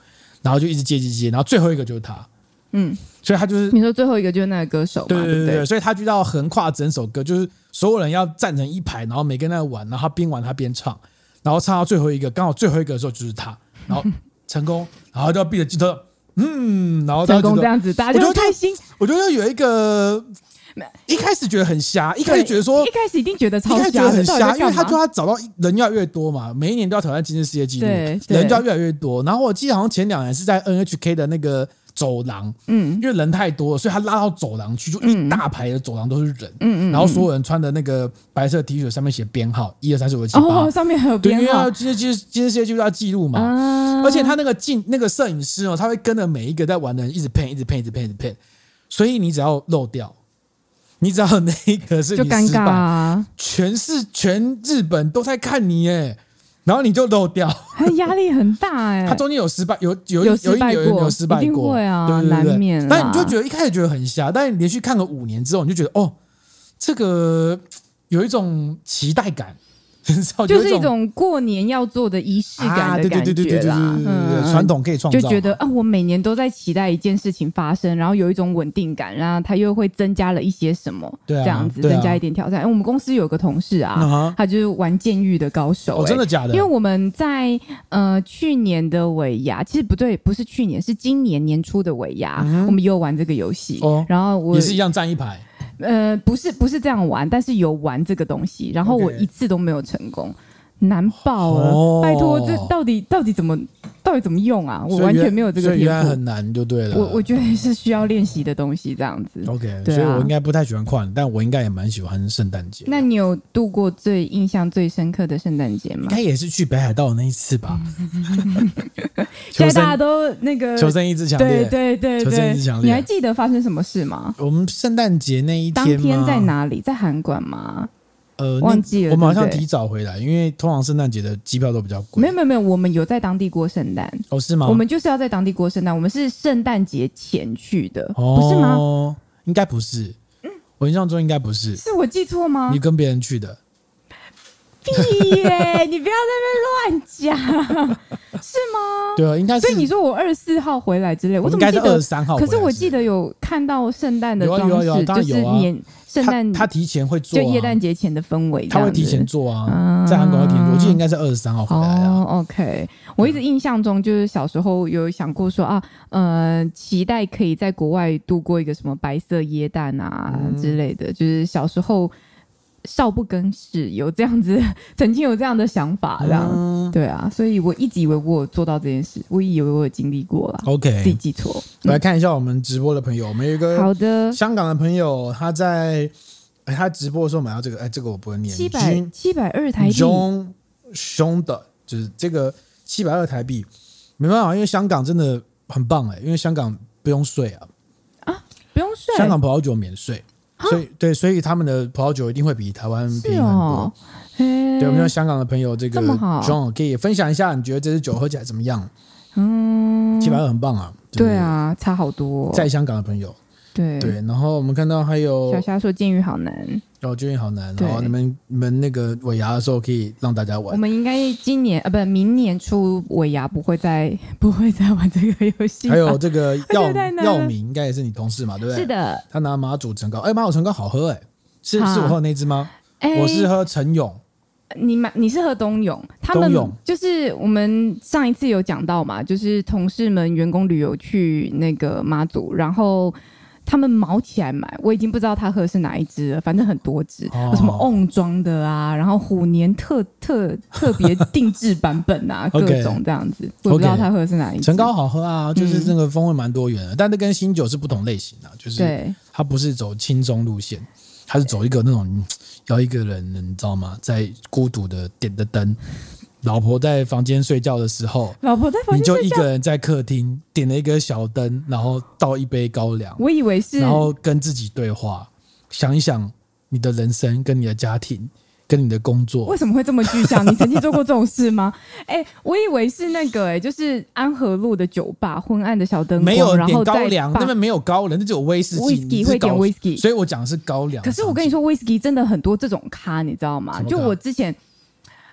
Speaker 2: 然后就一直接接接，然后最后一个就是他，
Speaker 1: 嗯，
Speaker 2: 所以他就是
Speaker 1: 你说最后一个就是那个歌手嘛，
Speaker 2: 对
Speaker 1: 对
Speaker 2: 对
Speaker 1: 不
Speaker 2: 对，所以他就要横跨整首歌，就是所有人要站成一排，然后每个人在玩，然后他边玩他边唱，然后唱到最后一个，刚好最后一个的时候就 是他，然后成功，然后就要闭着镜头，嗯，然后他
Speaker 1: 成
Speaker 2: 就
Speaker 1: 功
Speaker 2: 觉
Speaker 1: 这
Speaker 2: 得，
Speaker 1: 样子，大
Speaker 2: 我
Speaker 1: 家
Speaker 2: 觉
Speaker 1: 就
Speaker 2: 得
Speaker 1: 很开心。
Speaker 2: 我觉得有一个一开始觉得很瞎，一开始觉得说
Speaker 1: 一。开始一定觉得
Speaker 2: 一
Speaker 1: 超
Speaker 2: 开始觉
Speaker 1: 瞎
Speaker 2: 得
Speaker 1: 的，
Speaker 2: 很
Speaker 1: 到底在
Speaker 2: 瞎，因
Speaker 1: 干
Speaker 2: 为他
Speaker 1: 嘛
Speaker 2: 就要找到人越来越多嘛，每一年都要挑战吉尼斯世界纪录，
Speaker 1: 对对
Speaker 2: 人就要越来越多。然后我记得好像前两年是在 NHK 的那个走廊，
Speaker 1: 嗯
Speaker 2: 因为人太多了，所以他拉到走廊去，就一大排的走廊都是人，
Speaker 1: 嗯嗯，
Speaker 2: 然后所有人穿的那个白色 T 恤上面写编号一二三四五六七八
Speaker 1: 哦，，上面还有
Speaker 2: 对，因
Speaker 1: 编
Speaker 2: 为
Speaker 1: 号
Speaker 2: 要今天今天今天世界纪录要记录嘛。
Speaker 1: 啊，
Speaker 2: 而且他那个镜那个摄影师哦，他会跟着每一个在玩的人一直骗，一直骗，一直骗，一直骗。所以你只要漏掉，你只要有那一个是
Speaker 1: 就
Speaker 2: 你
Speaker 1: 尴
Speaker 2: 失
Speaker 1: 尬
Speaker 2: 败，
Speaker 1: 啊，
Speaker 2: 全是全日本都在看你耶，然后你就漏掉。
Speaker 1: 他压力很大哎，
Speaker 2: 他中间有失败，有有
Speaker 1: 有
Speaker 2: 有
Speaker 1: 失败
Speaker 2: 一有一年
Speaker 1: 过
Speaker 2: 有失败
Speaker 1: 一定
Speaker 2: 过，
Speaker 1: 会啊
Speaker 2: 对对对对
Speaker 1: 难免啦
Speaker 2: 但你就觉得一开始觉得很瞎，但你连续看个五年之后，你就觉得哦，这个有一种期待感， 你知道，
Speaker 1: 就是
Speaker 2: 有
Speaker 1: 一
Speaker 2: 一种
Speaker 1: 种过年要做的仪式
Speaker 2: 啊，
Speaker 1: 感的
Speaker 2: 对对
Speaker 1: 感
Speaker 2: 对对对
Speaker 1: 觉
Speaker 2: 对对
Speaker 1: 啦，
Speaker 2: 对对对，
Speaker 1: 嗯
Speaker 2: 传。统可以创造
Speaker 1: 就
Speaker 2: 嘛，
Speaker 1: 觉得啊，我每年都在期待一件事情发生，然后有一种稳定感，然后它又会增加了一些什么，
Speaker 2: 对啊
Speaker 1: 这样子
Speaker 2: 对啊
Speaker 1: 增加一点挑战。哎我们公司有个同事啊，
Speaker 2: 嗯哼
Speaker 1: 他就是玩监狱的高手、
Speaker 2: 哦，
Speaker 1: 哎
Speaker 2: 真的假
Speaker 1: 因
Speaker 2: 的？
Speaker 1: 为我们在呃去年的尾牙，其实不对，不是去年，是今年年初的尾牙，我们也有玩这个游戏。
Speaker 2: 嗯哦
Speaker 1: 然后我
Speaker 2: 也是一样站一排，
Speaker 1: 呃不是不是这样玩，但是有玩这个东西，然后我
Speaker 2: OK
Speaker 1: 一次都没有成功。难爆了。
Speaker 2: 哦
Speaker 1: 拜托，这到底到底怎么到底怎么用啊？我
Speaker 2: 所以
Speaker 1: 完
Speaker 2: 原
Speaker 1: 全没有这个
Speaker 2: 所以原来
Speaker 1: 天赋。
Speaker 2: 很难哦就对了。
Speaker 1: 我我觉得是需要练习的东西，这样子。
Speaker 2: OK，、
Speaker 1: 对
Speaker 2: 所
Speaker 1: 啊
Speaker 2: 以我应该不太喜欢跨年，但我应该也蛮喜欢圣诞节。
Speaker 1: 那你有度过最印象最深刻的圣诞节
Speaker 2: 应
Speaker 1: 吗？
Speaker 2: 该也是去北海道的那一 次吧。
Speaker 1: 现在
Speaker 2: 求
Speaker 1: 大家
Speaker 2: 生
Speaker 1: 都那个，
Speaker 2: 求生意志强
Speaker 1: 对
Speaker 2: 烈。
Speaker 1: 对对
Speaker 2: 求生
Speaker 1: 对
Speaker 2: 意志强，烈
Speaker 1: 你还记得发生什么事吗？
Speaker 2: 我们圣诞节那一
Speaker 1: 当
Speaker 2: 天
Speaker 1: 天
Speaker 2: 吗
Speaker 1: 在？哪里？在韩馆吗？
Speaker 2: 呃，那
Speaker 1: 忘记了
Speaker 2: 我们好像
Speaker 1: 对不对
Speaker 2: 提早回来，因为通常圣诞节的机票都比较贵。
Speaker 1: 没有没有没有，我们有在当地过圣诞，
Speaker 2: 哦，是吗？
Speaker 1: 我们就是要在当地过圣诞，我们是圣诞节前去的，
Speaker 2: 哦，
Speaker 1: 不是吗？
Speaker 2: 应该不是，我印象中应该不是，
Speaker 1: 是我记错吗
Speaker 2: 你？跟别人去的。
Speaker 1: 嗯屁 耶！你不要在那边乱讲，是吗？
Speaker 2: 对啊，应该是。
Speaker 1: 所以你说我二十四号回来之类，
Speaker 2: 我
Speaker 1: 我怎
Speaker 2: 们应
Speaker 1: 么
Speaker 2: 该
Speaker 1: 记
Speaker 2: 是二
Speaker 1: 得
Speaker 2: 十？三号回
Speaker 1: 可
Speaker 2: 来之类的？
Speaker 1: 是我记得有看到圣诞的
Speaker 2: 有啊
Speaker 1: 装
Speaker 2: 有啊有啊
Speaker 1: 饰，
Speaker 2: 当
Speaker 1: 就
Speaker 2: 然
Speaker 1: 是
Speaker 2: 有啊
Speaker 1: 年圣诞
Speaker 2: 他他提前会做、
Speaker 1: 就
Speaker 2: 啊，
Speaker 1: 耶诞节前的氛围，
Speaker 2: 他会提前。做啊，在韩国会提前做，我记得应该是二十三号回来啊。
Speaker 1: 哦、o k 我一直印象中就是小时候有想过说啊，呃，期待可以在国外度过一个什么白色耶诞啊
Speaker 2: 嗯
Speaker 1: 之类的，就是小时候少不更事，有这样子， 曾经有这样的想法，这样、
Speaker 2: 嗯
Speaker 1: 对啊，所以我一直以为我有做到这件事，我以为我有经历过了，自己
Speaker 2: OK，
Speaker 1: 记错。
Speaker 2: 来看一下我们直播的朋友，我们有一
Speaker 1: 嗯
Speaker 2: 个
Speaker 1: 好的，
Speaker 2: 香港的朋友，他在哎他直播的时候买到这个，哎，这个我不会念，
Speaker 1: 七百七百二台币，
Speaker 2: 凶凶的，就是这个七百二台币，没办法，因为香港真的很棒哎、因为香港不用税啊，
Speaker 1: 不用税，
Speaker 2: 香港葡萄酒免税，
Speaker 1: 啊
Speaker 2: 所以对，所以他们的葡萄酒一定会比台湾
Speaker 1: 是
Speaker 2: 便宜很多。
Speaker 1: 哦，嘿
Speaker 2: 对，我们有香港的朋友，这个
Speaker 1: 这么好
Speaker 2: John 可以分享一下，你觉得这支酒喝起来怎么样？
Speaker 1: 嗯，
Speaker 2: 七百二很棒啊！
Speaker 1: 对，啊，差好多、
Speaker 2: 在香港的朋友，
Speaker 1: 对
Speaker 2: 对，然后我们看到还有
Speaker 1: 小虾说监狱好难，
Speaker 2: 哦，最近好难，
Speaker 1: 对
Speaker 2: 然后你们你们那个尾牙的时候可以让大家
Speaker 1: 我
Speaker 2: 玩，
Speaker 1: 们应该今年啊，不，明年出尾牙不会再不会再玩这个游戏吧。
Speaker 2: 还有 这个
Speaker 1: 我
Speaker 2: 药
Speaker 1: 觉得太难了
Speaker 2: 药米应该也是你同事嘛，对不对？
Speaker 1: 是，的，
Speaker 2: 他拿马祖橙膏，哎，马祖橙膏好喝哎，是
Speaker 1: 好
Speaker 2: 是我喝的那支吗？
Speaker 1: 哎，
Speaker 2: 我是喝陈勇，
Speaker 1: 你买你是喝冬泳，他们
Speaker 2: 冬泳
Speaker 1: 就是我们上一次有讲到嘛，就是同事们员工旅游去那个妈祖，然后。他们毛起来买，我已经不知道他喝的是哪一支了，反正很多支，
Speaker 2: 哦
Speaker 1: 有什么瓮装的啊，然后虎年特特特别定制版本啊，各
Speaker 2: OK
Speaker 1: 种这样子，我也不知道
Speaker 2: OK
Speaker 1: 他喝的是哪一支。
Speaker 2: 陈膏好喝啊，
Speaker 1: 嗯
Speaker 2: 就是这个风味蛮多元的，但这跟新酒是不同类型啊，就是
Speaker 1: 对，
Speaker 2: 它不是走轻松路线，它是走一个那种嗯要一个人，你知道吗？在孤独的点的灯，老婆在房间睡觉的时候，
Speaker 1: 老婆在房
Speaker 2: 你
Speaker 1: 间
Speaker 2: 就
Speaker 1: 睡
Speaker 2: 一
Speaker 1: 觉，
Speaker 2: 个人在客厅点了一个小灯，然后倒一杯高粱，
Speaker 1: 我以为是
Speaker 2: 然后跟自己对话，想一想你的人生、跟你的家庭、跟你的工作
Speaker 1: 为。什么会这么具 象？你曾经做过这种事吗？哎、我以为是那个哎、就是安和路的酒吧，昏暗的小灯光，
Speaker 2: 没有
Speaker 1: 然
Speaker 2: 点
Speaker 1: 后
Speaker 2: 高
Speaker 1: 在
Speaker 2: 粱，
Speaker 1: 吧
Speaker 2: 那边没有高粱，那只有威士忌。你
Speaker 1: whisky
Speaker 2: 是
Speaker 1: 会点
Speaker 2: 搞
Speaker 1: whisky。
Speaker 2: 所以我讲的是高粱。
Speaker 1: 可是我跟你，说，whisky 真的很多这种咖，你知道吗
Speaker 2: 什？么咖
Speaker 1: 就我之前，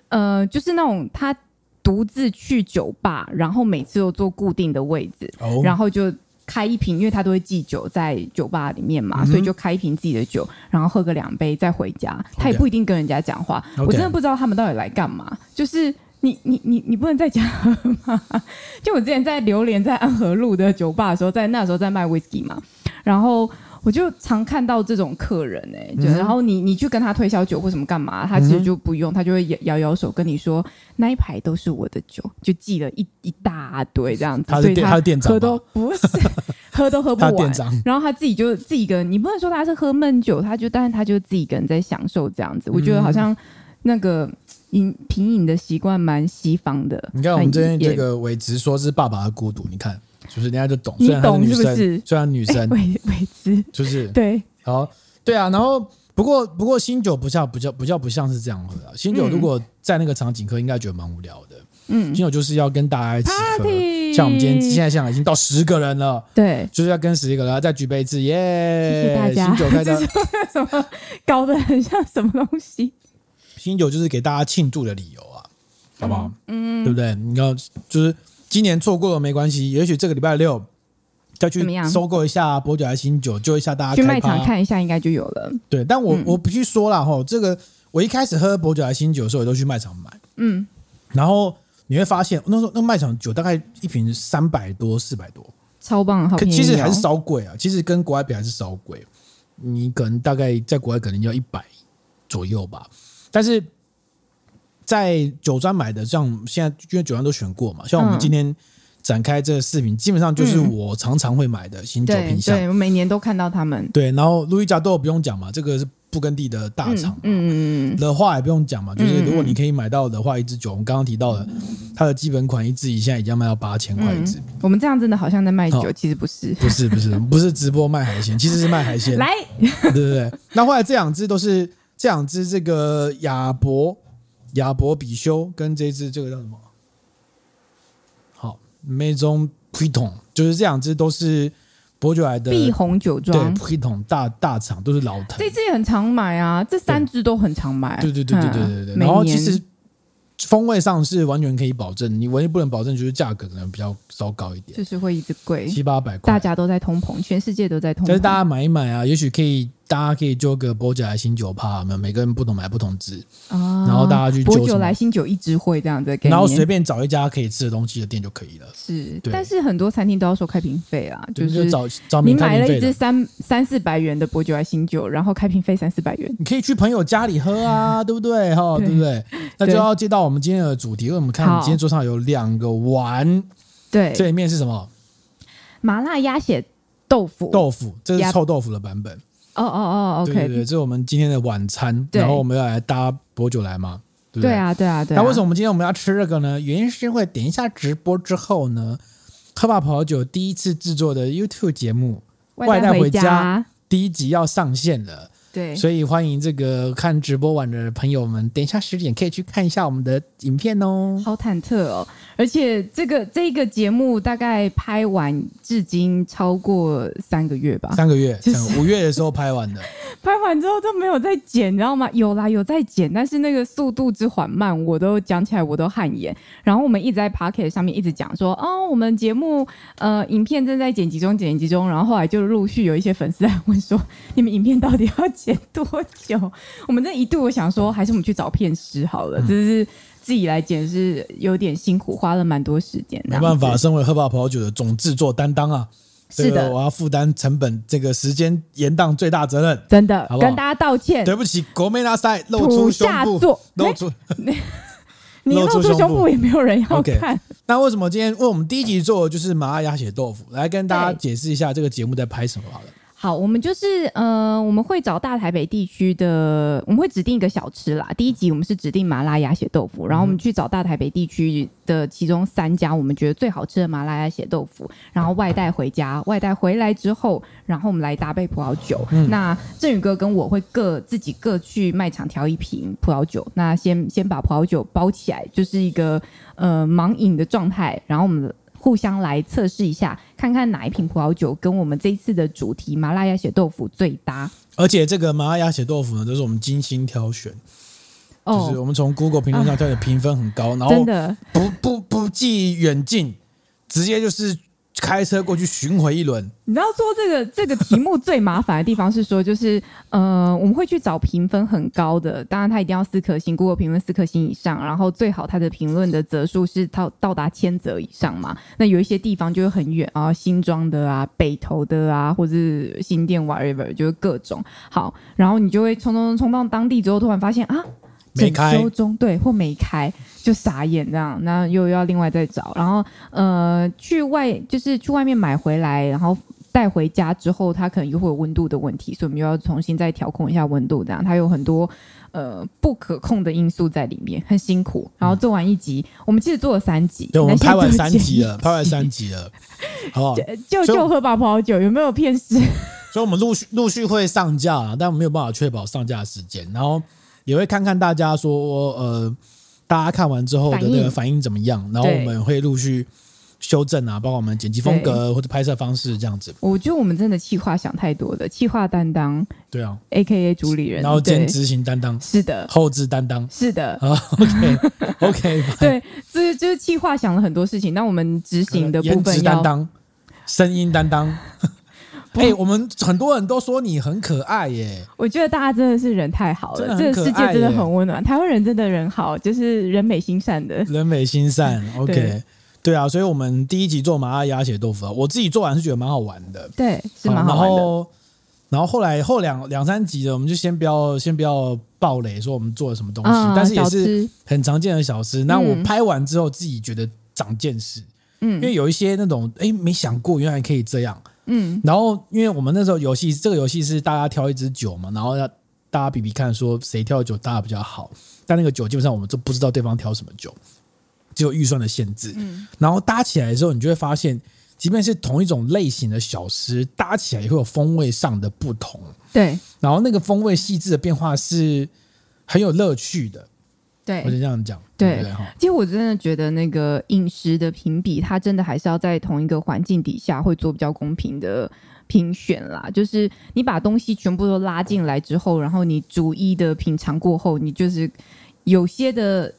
Speaker 1: 呃，就是那种他独自去酒吧，然后每次都坐固定的位置，
Speaker 2: 哦，
Speaker 1: 然后就开一瓶，因为他都会寄酒在酒吧里面嘛，
Speaker 2: 嗯
Speaker 1: 所以就开一瓶自己的酒，然后喝个两杯再回家。他也
Speaker 2: OK
Speaker 1: 不一定跟人家讲话
Speaker 2: OK
Speaker 1: 我真的不知道他们到底来干嘛。就是你你你你不能再讲了吗？ 就我之前在榴莲在安和路的酒吧的时候，在那时候在卖 whisky 嘛，然后。我就常看到这种客人哎、
Speaker 2: 嗯
Speaker 1: 就然后你你去跟他推销酒或什么干嘛，他其实就不用，他就会摇摇摇手跟你说那一排都是我的酒，就寄了一一大堆这样子，
Speaker 2: 他是
Speaker 1: 所以
Speaker 2: 店他是店长
Speaker 1: 喝
Speaker 2: 吧
Speaker 1: 都不是喝都喝不
Speaker 2: 他的店
Speaker 1: 完。
Speaker 2: 长
Speaker 1: 然后他自己就自己一个人，你不能说他是喝闷酒，他就但是他就自己一个人在享受这样子。我
Speaker 2: 嗯
Speaker 1: 觉得好像那个饮品饮的习惯蛮西方的。
Speaker 2: 你看我们这边
Speaker 1: 也
Speaker 2: 这，个伟直说是爸爸的孤独，你看，就是人家就懂，
Speaker 1: 你
Speaker 2: 虽然她
Speaker 1: 懂
Speaker 2: 女
Speaker 1: 是不
Speaker 2: 生，
Speaker 1: 是
Speaker 2: 虽然 女
Speaker 1: 哎
Speaker 2: 生
Speaker 1: 为为 之，
Speaker 2: 就是
Speaker 1: 对，
Speaker 2: 然后对啊，然后不过不过新酒不像不像不像不像是这样喝啊，新酒如果在那个场景喝，应该觉得蛮无聊的。
Speaker 1: 嗯
Speaker 2: 新，酒就是要跟大家一起喝，
Speaker 1: Party
Speaker 2: 像我们今天现在香港已经到十个人了，
Speaker 1: 对，
Speaker 2: 就是要跟十一个人然后再举杯一次，
Speaker 1: 谢谢大
Speaker 2: 耶！
Speaker 1: 家。
Speaker 2: 新酒开
Speaker 1: 这
Speaker 2: 的
Speaker 1: 是 什么搞得很像什么东西？
Speaker 2: 新酒就是给大家庆祝的理由啊，好不好？嗯，对不对？你要就是今年错过了没关系，也许这个礼拜六再去
Speaker 1: 怎么样
Speaker 2: 收购一下波酒还新酒，救一下大家
Speaker 1: 去
Speaker 2: 开
Speaker 1: 卖
Speaker 2: 趴
Speaker 1: 场看一下，应该就有了。
Speaker 2: 对，但
Speaker 1: 嗯
Speaker 2: 我、我必须说了哈，这个我一开始喝薄酒还新酒的时候，我都去卖场买，
Speaker 1: 嗯，
Speaker 2: 然后你会发现那时候那卖场酒大概一瓶三百多、四百多，
Speaker 1: 超棒，好
Speaker 2: 可
Speaker 1: 便宜哦。
Speaker 2: 其实还是稍贵啊，其实跟国外比还是稍贵，你可能大概在国外可能要一百左右吧，但是。在酒庄买的，像现在因为酒庄都选过嘛，像我们
Speaker 1: 嗯
Speaker 2: 今天展开这个视频，基本上就是
Speaker 1: 嗯
Speaker 2: 我常常会买的新酒
Speaker 1: 对
Speaker 2: 品相。
Speaker 1: 对，我每年都看到他们。
Speaker 2: 对，然后路易甲豆不用讲嘛，这个是布根地的大
Speaker 1: 嗯
Speaker 2: 厂嘛。啊
Speaker 1: 嗯嗯嗯嗯，
Speaker 2: 的话也不用讲嘛，就
Speaker 1: 嗯
Speaker 2: 是
Speaker 1: 嗯嗯
Speaker 2: 如果你可以买到的话，一支酒，我们刚刚提到的，它的基本款一支以现在已经要卖到八千块一支，
Speaker 1: 我们这样真的好像在卖酒，
Speaker 2: 好
Speaker 1: 其实不是。
Speaker 2: 不是不是不是直播 卖海鲜，其实是卖海鲜，
Speaker 1: 来，
Speaker 2: 对对对。那后来这两支都是这两支这个亚伯亚伯比修跟这支这个叫什么？好 m a i s o n p r i t o n 就是这两支都是伯爵来的
Speaker 1: 碧红酒
Speaker 2: 对
Speaker 1: 庄
Speaker 2: p r i t o n 大大厂都是老藤
Speaker 1: 这，支也很常买啊，这三支都很常买。
Speaker 2: 对对对对对对对。
Speaker 1: 嗯
Speaker 2: 然后
Speaker 1: 每
Speaker 2: 其
Speaker 1: 年
Speaker 2: 实风味上是完全可以保证，你唯一不能保证就是价格可能比较稍高一点，
Speaker 1: 就是会一直贵，
Speaker 2: 七八百
Speaker 1: 大
Speaker 2: 块。
Speaker 1: 家都在通膨，全世界都在通膨。
Speaker 2: 但是大家买一买啊，也许可以，大家可以揪个波甲来新酒趴，我们每个人不同买不同支，
Speaker 1: 啊，
Speaker 2: 然后大家去
Speaker 1: 博
Speaker 2: 揪什
Speaker 1: 酒
Speaker 2: 么
Speaker 1: 来新酒一直会这样子的概念，
Speaker 2: 然后随便找一家可以吃的东西的店就可以了。
Speaker 1: 是，
Speaker 2: 对
Speaker 1: 但是很多餐厅都要收开瓶费啊，
Speaker 2: 对
Speaker 1: 是
Speaker 2: 就找找
Speaker 1: 你
Speaker 2: 免
Speaker 1: 买
Speaker 2: 开
Speaker 1: 了
Speaker 2: 瓶
Speaker 1: 一
Speaker 2: 费
Speaker 1: 支
Speaker 2: 的，
Speaker 1: 三三四百元的薄酒还新酒，然后开瓶费三四百元。
Speaker 2: 你可以去朋友家里喝啊，对不对？哈，
Speaker 1: 对
Speaker 2: 对不对？那就
Speaker 1: 对
Speaker 2: 要接到我们今天的主题，因为我们看
Speaker 1: 好
Speaker 2: 今天桌上有两个碗，
Speaker 1: 对，
Speaker 2: 这里面是什么？
Speaker 1: 麻辣鸭血豆腐。
Speaker 2: 豆腐，这是
Speaker 1: Yep
Speaker 2: 臭豆腐的版本。
Speaker 1: 哦哦哦
Speaker 2: 对对
Speaker 1: ，OK，
Speaker 2: 对，这是我们今天的晚餐，
Speaker 1: 对
Speaker 2: 然后我们要来搭薄酒来嘛，对不
Speaker 1: 对？啊，对啊，对啊。
Speaker 2: 那为什么我们今天我们要吃这个呢？原因是因为等一下直播之后呢，喝吧葡萄酒第一次制作的 YouTube 节目
Speaker 1: 外
Speaker 2: 外带
Speaker 1: 回
Speaker 2: 回家？第一集要上线了，
Speaker 1: 对，
Speaker 2: 所以欢迎这个看直播晚的朋友们，等一下十点可以去看一下我们的影片哦。
Speaker 1: 好忐忑哦。而且这个这个节目大概拍完至今超过三个月吧，
Speaker 2: 三个月，
Speaker 1: 就是
Speaker 2: 三个五月的时候拍完 的，
Speaker 1: 拍完之后都没有再剪，你知道吗？有啦，有在剪，但是那个速度之缓慢，我都讲起来我都汗颜。然后我们一直在 p o c k e t 上面一直讲说，哦，我们节目呃影片正在剪辑中，剪辑中。然后后来就陆续有一些粉丝来问说， 你们影片到底要剪多久？我们这一度我想说，还是我们去找片师好
Speaker 2: 嗯
Speaker 1: 了，就是自己来剪是有点辛苦，花了蛮多时间。
Speaker 2: 没办法，，身为喝吧葡萄酒的总制作担当啊，
Speaker 1: 是
Speaker 2: 这个
Speaker 1: 的，
Speaker 2: 我要负担成本，这个时间延宕最大责任。
Speaker 1: 真的
Speaker 2: 好不好
Speaker 1: 跟大家道歉，
Speaker 2: 对不起，国妹拉塞露
Speaker 1: 哎土
Speaker 2: 出胸
Speaker 1: 下哎
Speaker 2: 部，
Speaker 1: 座，
Speaker 2: 露出。
Speaker 1: 你露
Speaker 2: 露出
Speaker 1: 出胸
Speaker 2: 胸
Speaker 1: 部
Speaker 2: 部
Speaker 1: 也没有人要
Speaker 2: OK
Speaker 1: 看。
Speaker 2: 那为什么今天为我们第一集做的就是麻辣鸭血豆腐？来跟大家
Speaker 1: 对
Speaker 2: 解释一下这个节目在拍什么好了。
Speaker 1: 好，我们就是呃，我们会找大台北地区的，我们会指定一个小吃啦。第一集我们是指定麻辣鸭血豆腐，然后我们去找大台北地区的其中三家我们觉得最好吃的麻辣鸭血豆腐，然后外带回家，外带回来之后，然后我们来搭配葡萄酒。那振宇哥跟我会各自己各去卖场调一瓶葡萄酒，那先先把葡萄酒包起来，就是一个呃盲饮的状态，然后我们互相来测试一下，看看哪一瓶葡萄酒跟我们这一次的主题麻辣鸭血豆腐最搭。
Speaker 2: 而且这个麻辣鸭血豆腐呢，都是我们精心挑选，就是
Speaker 1: 哦，啊
Speaker 2: 我们从 Google 评论上挑选评分很高，然
Speaker 1: 真
Speaker 2: 后
Speaker 1: 的，
Speaker 2: 不不不计远近，直接就是开车过去巡回一轮。
Speaker 1: 你知道做这个 这个题目最麻烦的地方是说，就是呃，我们会去找评分很高的，当然它一定要四颗星，Google 评论四颗星以上，然后最好它的评论的则数是到到达千则以上嘛。那有一些地方就会很远啊，新庄的啊、北投的啊，或是新店 whatever，就是各种好，然后你就会冲冲冲冲到当地之后，突然发现啊。
Speaker 2: 没开
Speaker 1: 整修中对，或没开就傻眼这样，那又要另外再找，然后呃，去外就是去外面买回来，然后带回家之后，它可能又会有温度的问题，所以我们又要重新再调控一下温度，这样它有很多呃不可控的因素在里面，很辛苦。然后做完一集，我们其实做了三集，
Speaker 2: 对，我们
Speaker 1: 那现在
Speaker 2: 拍完
Speaker 1: 就
Speaker 2: 三
Speaker 1: 剪
Speaker 2: 集了，
Speaker 1: 一
Speaker 2: 拍完三集了，好不 好？
Speaker 1: 呃就
Speaker 2: 所以我
Speaker 1: 就喝吧葡萄酒，有没有骗师？
Speaker 2: 所以我们陆续陆续会上架啦，但我们没有办法确保上架的时间，然后也会看看大家说呃，大家看完之后的
Speaker 1: 反应
Speaker 2: 那个反应怎么样，然后我
Speaker 1: 对
Speaker 2: 们会陆续修正啊，包括我们剪辑风格或者拍摄方式这样子，
Speaker 1: 我觉得我们真的气话想太多了，气话担当
Speaker 2: 对啊，
Speaker 1: A K A 主理人，
Speaker 2: 然后兼
Speaker 1: 对
Speaker 2: 执行担当、
Speaker 1: 是的，
Speaker 2: 后置担当
Speaker 1: 是的，
Speaker 2: 啊，OK OK，
Speaker 1: 对，就是就是企划想了很多事情，但我们执行的部
Speaker 2: 呃颜值
Speaker 1: 分
Speaker 2: 担
Speaker 1: 要
Speaker 2: 当、声音担当。
Speaker 1: 不
Speaker 2: 哎、我们很多人都说你很可爱耶，
Speaker 1: 我觉得大家真的是人太好
Speaker 2: 真
Speaker 1: 了，
Speaker 2: 的
Speaker 1: 这
Speaker 2: 很
Speaker 1: 个
Speaker 2: 可
Speaker 1: 世界
Speaker 2: 爱
Speaker 1: 真的
Speaker 2: 耶
Speaker 1: 很温暖，台湾人真的人好，就是人美心善的。
Speaker 2: 人美心善。OK，
Speaker 1: 对
Speaker 2: 对啊，所以我们第一集做麻辣鸭血豆腐啊，我自己做完是觉得蛮好玩的，
Speaker 1: 对，是蛮
Speaker 2: 啊
Speaker 1: 好
Speaker 2: 然
Speaker 1: 玩的。
Speaker 2: 后然后后来后两两三集的，我们就先不要先不要爆雷，说我们做了什么东西，
Speaker 1: 啊，
Speaker 2: 但是也
Speaker 1: 小
Speaker 2: 是
Speaker 1: 吃
Speaker 2: 很常见的小吃。那
Speaker 1: 嗯
Speaker 2: 我拍完之后自己觉得长见识，因
Speaker 1: 嗯
Speaker 2: 为有一些那种哎没想过原来可以这样。
Speaker 1: 嗯
Speaker 2: 然后因为我们那时候游戏这个游戏是大家挑一支酒嘛，然后要大家比比看说谁挑的酒搭的比较好，但那个酒基本上我们都不知道对方挑什么酒，只有预算的限制。
Speaker 1: 嗯
Speaker 2: 然后搭起来的时候，你就会发现，即便是同一种类型的小吃，搭起来也会有风味上的不同。
Speaker 1: 对
Speaker 2: 然后那个风味细致的变化是很有乐趣的，我就
Speaker 1: 对。
Speaker 2: 这样讲，
Speaker 1: 对
Speaker 2: 对不对哈？
Speaker 1: 其实我真的觉得那个饮食的评比，它真的还是要在同一个环境底下会做比较公平的评选啦。就是你把东西全部都拉进来之后，然后你逐一的品尝过后，你就是有些的。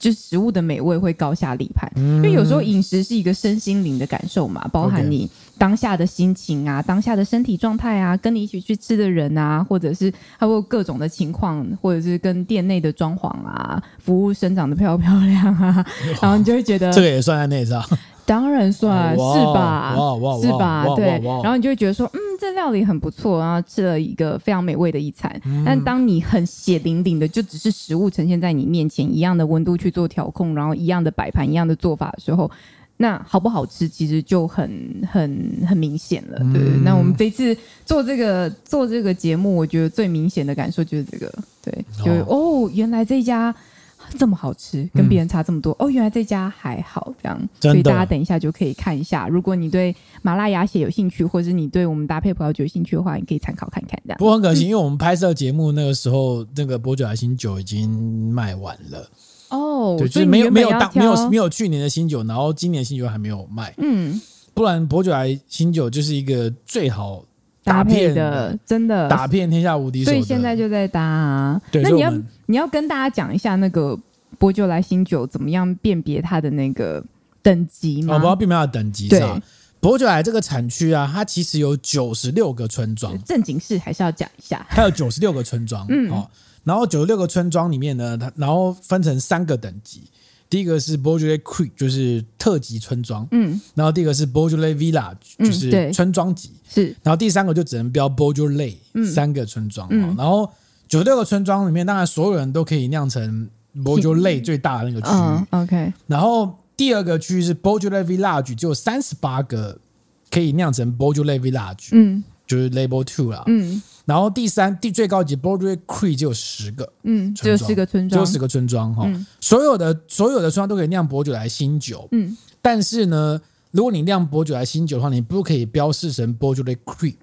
Speaker 1: 就食物的美味会高下立判，因为有时候饮食是一个身心灵的感受嘛，包含
Speaker 2: OK
Speaker 1: 你当下的心情啊、当下的身体状态啊、跟你一起去吃的人啊，或者是还有各种的情况，或者是跟店内的装潢啊、服务生长得漂不漂亮 啊，然后你就会觉得
Speaker 2: 这个也算在内是吧？
Speaker 1: 当然算
Speaker 2: 哇
Speaker 1: 啊是吧？
Speaker 2: 哇哇哇
Speaker 1: 是吧
Speaker 2: 哇？
Speaker 1: 对
Speaker 2: 哇哇，
Speaker 1: 然后你就会觉得说，嗯，这料理很不错，然后吃了一个非常美味的一餐。
Speaker 2: 嗯
Speaker 1: 但当你很血淋淋的，就只是食物呈现在你面前，一样的温度去做调控，然后一样的摆盘，一样的做法的时候。那好不好吃，其实就很很很明显了。
Speaker 2: 嗯
Speaker 1: 对，那我们这次做这个做这个节目，我觉得最明显的感受就是这个，对，就是哦原来这家这么好吃，跟别人差这么多。哦，原来这家还好，这样，
Speaker 2: 嗯真的
Speaker 1: 所以大家等一下就可以看一下。如果你对麻辣鸭血有兴趣，或是你对我们搭配葡萄酒有兴趣的话，你可以参考看看。这样
Speaker 2: 不，过很可惜，因为我们拍摄节目那个时候，那个伯爵海新酒已经卖完了，
Speaker 1: 哦，
Speaker 2: 对，就
Speaker 1: 所以
Speaker 2: 是
Speaker 1: 你
Speaker 2: 没有
Speaker 1: 原
Speaker 2: 没
Speaker 1: 本
Speaker 2: 有
Speaker 1: 要
Speaker 2: 当
Speaker 1: 挑
Speaker 2: 没有没有去年的新酒，然后今年新酒还没有卖，
Speaker 1: 嗯，
Speaker 2: 不然伯爵海新酒就是一个最好
Speaker 1: 搭
Speaker 2: 打
Speaker 1: 配
Speaker 2: 遍
Speaker 1: 的真的
Speaker 2: 打遍天下无敌手
Speaker 1: 所
Speaker 2: 的。
Speaker 1: 以现在就在搭、啊。
Speaker 2: 对
Speaker 1: 那
Speaker 2: 所
Speaker 1: 你
Speaker 2: 以
Speaker 1: 要
Speaker 2: 我们
Speaker 1: 你要跟大家讲一下那个波酒来新酒怎么样辨别它的那个等级
Speaker 2: 哦我
Speaker 1: 吗？
Speaker 2: 们要并没有等级是吧
Speaker 1: 对？，
Speaker 2: 伯爵海这个产区啊，它其实有九十六个村庄，
Speaker 1: 正经事还是要讲一下。
Speaker 2: 它有九十六个村庄，
Speaker 1: 嗯
Speaker 2: 哦，然后九十六个村庄里面呢，它然后分成三个等级，第一个是 Beaujolais Creek，就是特级村庄，
Speaker 1: 嗯，
Speaker 2: 然后第一个是 Beaujolais Village，
Speaker 1: 嗯
Speaker 2: 就是
Speaker 1: 对
Speaker 2: 村庄级，
Speaker 1: 是
Speaker 2: 然后第三个就只能标 Beaujolais、
Speaker 1: 嗯
Speaker 2: 三个村庄，
Speaker 1: 嗯
Speaker 2: 哦然后九十六个村庄里面，当然所有人都可以酿成 Beaujolais 最大的那个区域，
Speaker 1: 嗯，OK，
Speaker 2: 然后第二个区域是 Beaujolais Village，只有三十八个可以酿成 Beaujolais Village，、
Speaker 1: 嗯
Speaker 2: 就是 Label Two 啦，
Speaker 1: 嗯
Speaker 2: 然后第三第最高级 Bordeaux Cree 只有十个，
Speaker 1: 嗯，
Speaker 2: 村
Speaker 1: 就
Speaker 2: 庄
Speaker 1: 是个村
Speaker 2: 只有
Speaker 1: 庄，
Speaker 2: 十个村庄哈、
Speaker 1: 嗯
Speaker 2: 所有的所有的村庄都可以酿伯爵来新酒，
Speaker 1: 嗯
Speaker 2: 但是呢，如果你酿伯爵来新酒的话，你不可以标示成 Bordeaux Cree，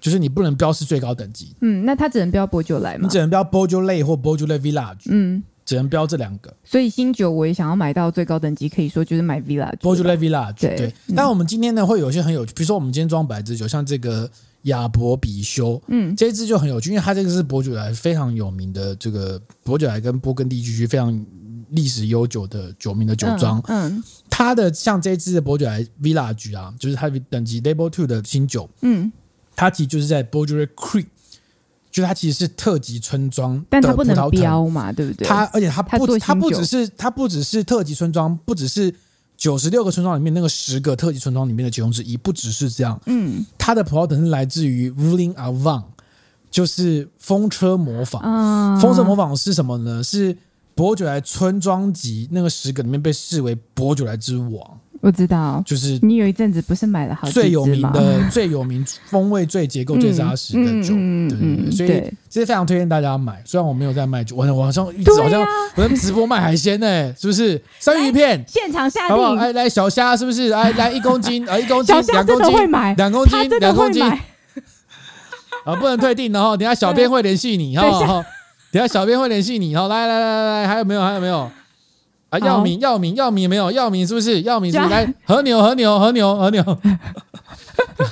Speaker 2: 就是你不能标示最高等级，
Speaker 1: 嗯，那他只能标博酒来
Speaker 2: 你
Speaker 1: 嘛？
Speaker 2: 只能标 Bordeaux 或 Bordeaux Village，、
Speaker 1: 嗯，
Speaker 2: 只能标这两个
Speaker 1: 所以新酒我也想要买到最高等级，可以说就是买 villa。
Speaker 2: Bordeaux Village
Speaker 1: 对
Speaker 2: 对，
Speaker 1: 嗯
Speaker 2: 但我们今天呢，会有一些很有趣，比如说我们今天装百支酒，像这个亚伯比修，
Speaker 1: 嗯
Speaker 2: 这一支就很有趣，因为它这个是伯爵莱非常有名的这个伯爵莱跟勃艮第地区非常历史悠久的有名的酒庄。
Speaker 1: 嗯
Speaker 2: 它的像这一支的伯爵莱 Village 啊，就是它等级 Label Two 的新酒，
Speaker 1: 嗯，
Speaker 2: 它其实就是在 Bordeaux Creek，就是它其实是特级村庄
Speaker 1: 但
Speaker 2: 它
Speaker 1: 它不能。标嘛，对不对？
Speaker 2: 它而且它
Speaker 1: 它
Speaker 2: 不
Speaker 1: 做
Speaker 2: 它
Speaker 1: 新
Speaker 2: 不
Speaker 1: 酒
Speaker 2: 只是它不只是特级村庄，不只是九十六个村庄里面那个十个特级村庄里面的其中之一，不只是这样。
Speaker 1: 嗯
Speaker 2: 它的葡萄藤是来自于 v u l i n a v a n 就是风车模仿。
Speaker 1: 啊，
Speaker 2: 风车模仿是什么呢？是伯爵来村庄级那个十个里面被视为伯爵来之王，
Speaker 1: 我知道。
Speaker 2: 就是
Speaker 1: 你有一阵子不是买了好几
Speaker 2: 最有
Speaker 1: 支
Speaker 2: 名
Speaker 1: 吗
Speaker 2: 的、最有名、风味最结构最扎实的酒。
Speaker 1: 嗯嗯嗯
Speaker 2: 对对对，
Speaker 1: 嗯
Speaker 2: 所以
Speaker 1: 对
Speaker 2: 这是非常推荐大家买。虽然我没有在卖酒，我我好像一直
Speaker 1: 对啊
Speaker 2: 好像我在直播卖海鲜呢、是不是？生鱼片。
Speaker 1: 现场下
Speaker 2: 好不好？
Speaker 1: 定，
Speaker 2: 哎，来小虾是不是？哎，来一公斤，啊，一公斤
Speaker 1: 小，夏
Speaker 2: 两
Speaker 1: 真
Speaker 2: 公
Speaker 1: 的会
Speaker 2: 斤，
Speaker 1: 买，
Speaker 2: 两公
Speaker 1: 他
Speaker 2: 斤
Speaker 1: 真，的
Speaker 2: 两公
Speaker 1: 会
Speaker 2: 斤，
Speaker 1: 买，
Speaker 2: 啊，不能退 订的哈，等一下小编会联系你哈
Speaker 1: 对下
Speaker 2: 哈，等一下小编会联系你哈，来来来来来，还有没有？还有没有？啊，药明药明药明没有？药明是不是？药明是不是
Speaker 1: 对啊
Speaker 2: 来和牛和牛和牛和牛，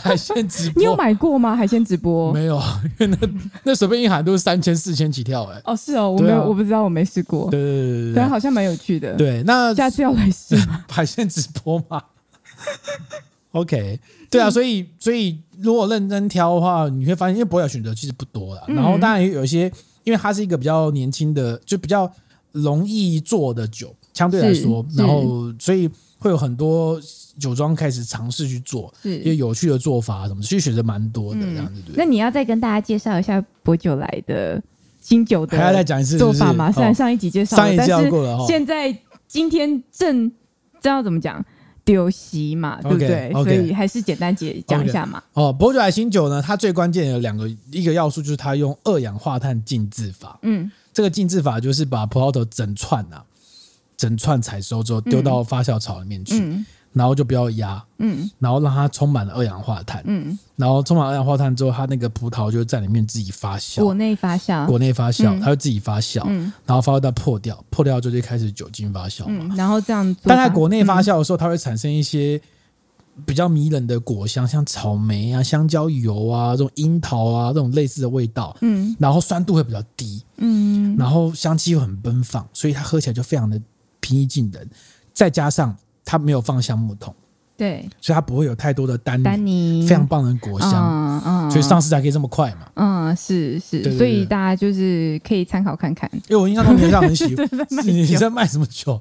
Speaker 2: 海鲜直播
Speaker 1: 你有买过吗？海鲜直播？
Speaker 2: 没有？因为那那随便一喊都是三千四千起跳哎，
Speaker 1: 哦，是哦，我
Speaker 2: 对
Speaker 1: 没
Speaker 2: 啊
Speaker 1: 有，我不知道，我没试过，
Speaker 2: 对对对
Speaker 1: 但
Speaker 2: 对
Speaker 1: 好像蛮有趣的，
Speaker 2: 对，那
Speaker 1: 下次要来 试。
Speaker 2: 海鲜直播嘛。OK，对啊，所以所以如果认真挑的话，你会发现，因为博雅选择其实不多啦。
Speaker 1: 嗯
Speaker 2: 然后当然也有一些，因为它是一个比较年轻的，就比较容易做的酒，相对来说，
Speaker 1: 是
Speaker 2: 然后所以会有很多酒庄开始尝试去做一些
Speaker 1: 是。
Speaker 2: 有趣的做法什么，其实选择蛮多的这样子，对不
Speaker 1: 那
Speaker 2: 对？
Speaker 1: 你要再跟大家介绍一下博酒来的新酒
Speaker 2: 还要再
Speaker 1: 的
Speaker 2: 讲一次是
Speaker 1: 做
Speaker 2: 不是
Speaker 1: 法吗？虽然
Speaker 2: 哦
Speaker 1: 上一集介绍了，
Speaker 2: 上一
Speaker 1: 但
Speaker 2: 教
Speaker 1: 是
Speaker 2: 过了哈，哦
Speaker 1: 现在今天正知道怎么讲丢席嘛，对不对
Speaker 2: OK，OK
Speaker 1: 所以还是简单解讲一下嘛。
Speaker 2: 哦，伯爵来新酒呢，它最关键的两个一个要素就是它用二氧化碳浸渍法。
Speaker 1: 嗯，
Speaker 2: 这个浸渍法就是把葡萄头整串啊，整串采收之后丢到发酵槽里面去，
Speaker 1: 嗯
Speaker 2: 然后就不要压，
Speaker 1: 嗯
Speaker 2: 然后让它充满了二氧化碳，
Speaker 1: 嗯，
Speaker 2: 然后充满二氧化碳之后，它那个葡萄就在里面自己发酵，
Speaker 1: 国内发酵，
Speaker 2: 国内发酵，
Speaker 1: 嗯
Speaker 2: 它会自己发酵，
Speaker 1: 嗯
Speaker 2: 然后发酵到破掉，破掉之后就开始酒精发酵嘛。
Speaker 1: 嗯，然后这样做法，
Speaker 2: 但在国内发
Speaker 1: 嗯
Speaker 2: 酵的时候，它会产生一些比较迷人的果香，像草莓啊、香蕉油啊、这种樱桃啊这种类似的味道，
Speaker 1: 嗯
Speaker 2: 然后酸度会比较低，
Speaker 1: 嗯
Speaker 2: 然后香气又很奔放，所以它喝起来就非常的平易近人。再加上它没有放橡木桶，
Speaker 1: 对，
Speaker 2: 所以它不会有太多的单
Speaker 1: 丹尼
Speaker 2: 非常棒的果香，
Speaker 1: 嗯嗯，
Speaker 2: 所以上市才可以这么快嘛。
Speaker 1: 嗯是是
Speaker 2: 对对对
Speaker 1: 所以大家就是可以参考看看。
Speaker 2: 因为我印象中你好像 很喜欢，
Speaker 1: 卖
Speaker 2: 你你
Speaker 1: 酒
Speaker 2: 在卖什么酒？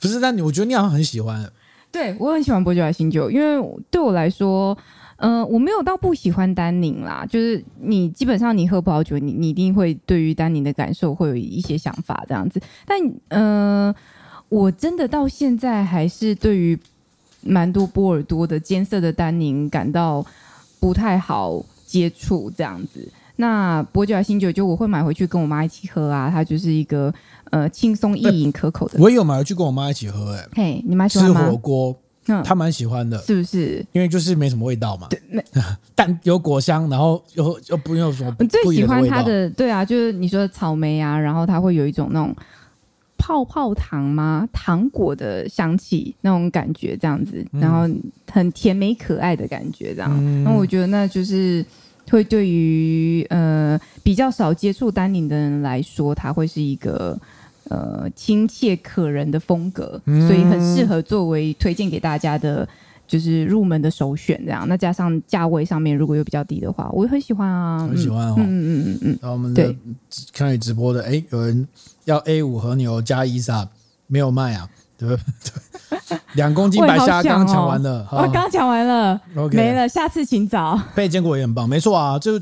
Speaker 2: 不是，但你我觉得你好像很喜欢，
Speaker 1: 对我很喜欢伯爵的新酒，因为对我来说，嗯、我没有到不喜欢丹宁啦。就是你基本上你喝葡萄酒，你你一定会对于丹宁的感受会有一些想法这样子。但嗯、呃我真的到现在还是对于蛮多波尔多的艰涩的丹宁感到不太好接触这样子。那伯爵的新酒就我会买回去跟我妈一起喝啊，它就是一个呃轻松易饮可口的。
Speaker 2: 我也有买回去跟我妈一起喝、哎，
Speaker 1: 嘿，你妈喜
Speaker 2: 吃
Speaker 1: 欢
Speaker 2: 火
Speaker 1: 吗？
Speaker 2: 锅，
Speaker 1: 嗯，
Speaker 2: 她蛮喜欢的。
Speaker 1: 是不是？
Speaker 2: 因为就是没什么味道嘛， 但有果香，然后又又不用有什么
Speaker 1: 我最
Speaker 2: 不一
Speaker 1: 喜
Speaker 2: 样
Speaker 1: 欢
Speaker 2: 味
Speaker 1: 它
Speaker 2: 道。
Speaker 1: 的，对啊，就是你说的草莓啊，然后它会有一种那种泡泡糖吗？糖果的香气那种感觉，这样子，
Speaker 2: 嗯
Speaker 1: 然后很甜美可爱的感觉，这样。那、我觉得那就是会对于呃比较少接触丹宁的人来说，它会是一个。呃，亲切可人的风格，
Speaker 2: 嗯
Speaker 1: 所以很适合作为推荐给大家的，就是入门的首选这样。那加上价位上面如果有比较低的话，我很喜欢啊，
Speaker 2: 很喜欢哦
Speaker 1: 嗯嗯嗯嗯嗯，
Speaker 2: 然后我们的
Speaker 1: 对
Speaker 2: 看你直播的，哎，有人要 A 五和牛加伊莎，没有卖啊，对不对？对 两公斤
Speaker 1: 我也
Speaker 2: 白
Speaker 1: 好
Speaker 2: 虾
Speaker 1: 想
Speaker 2: 刚抢
Speaker 1: 哦
Speaker 2: 完了，
Speaker 1: 我刚讲完了，
Speaker 2: OK
Speaker 1: 没。了，下次请找。
Speaker 2: 被坚果也很棒，没错啊，就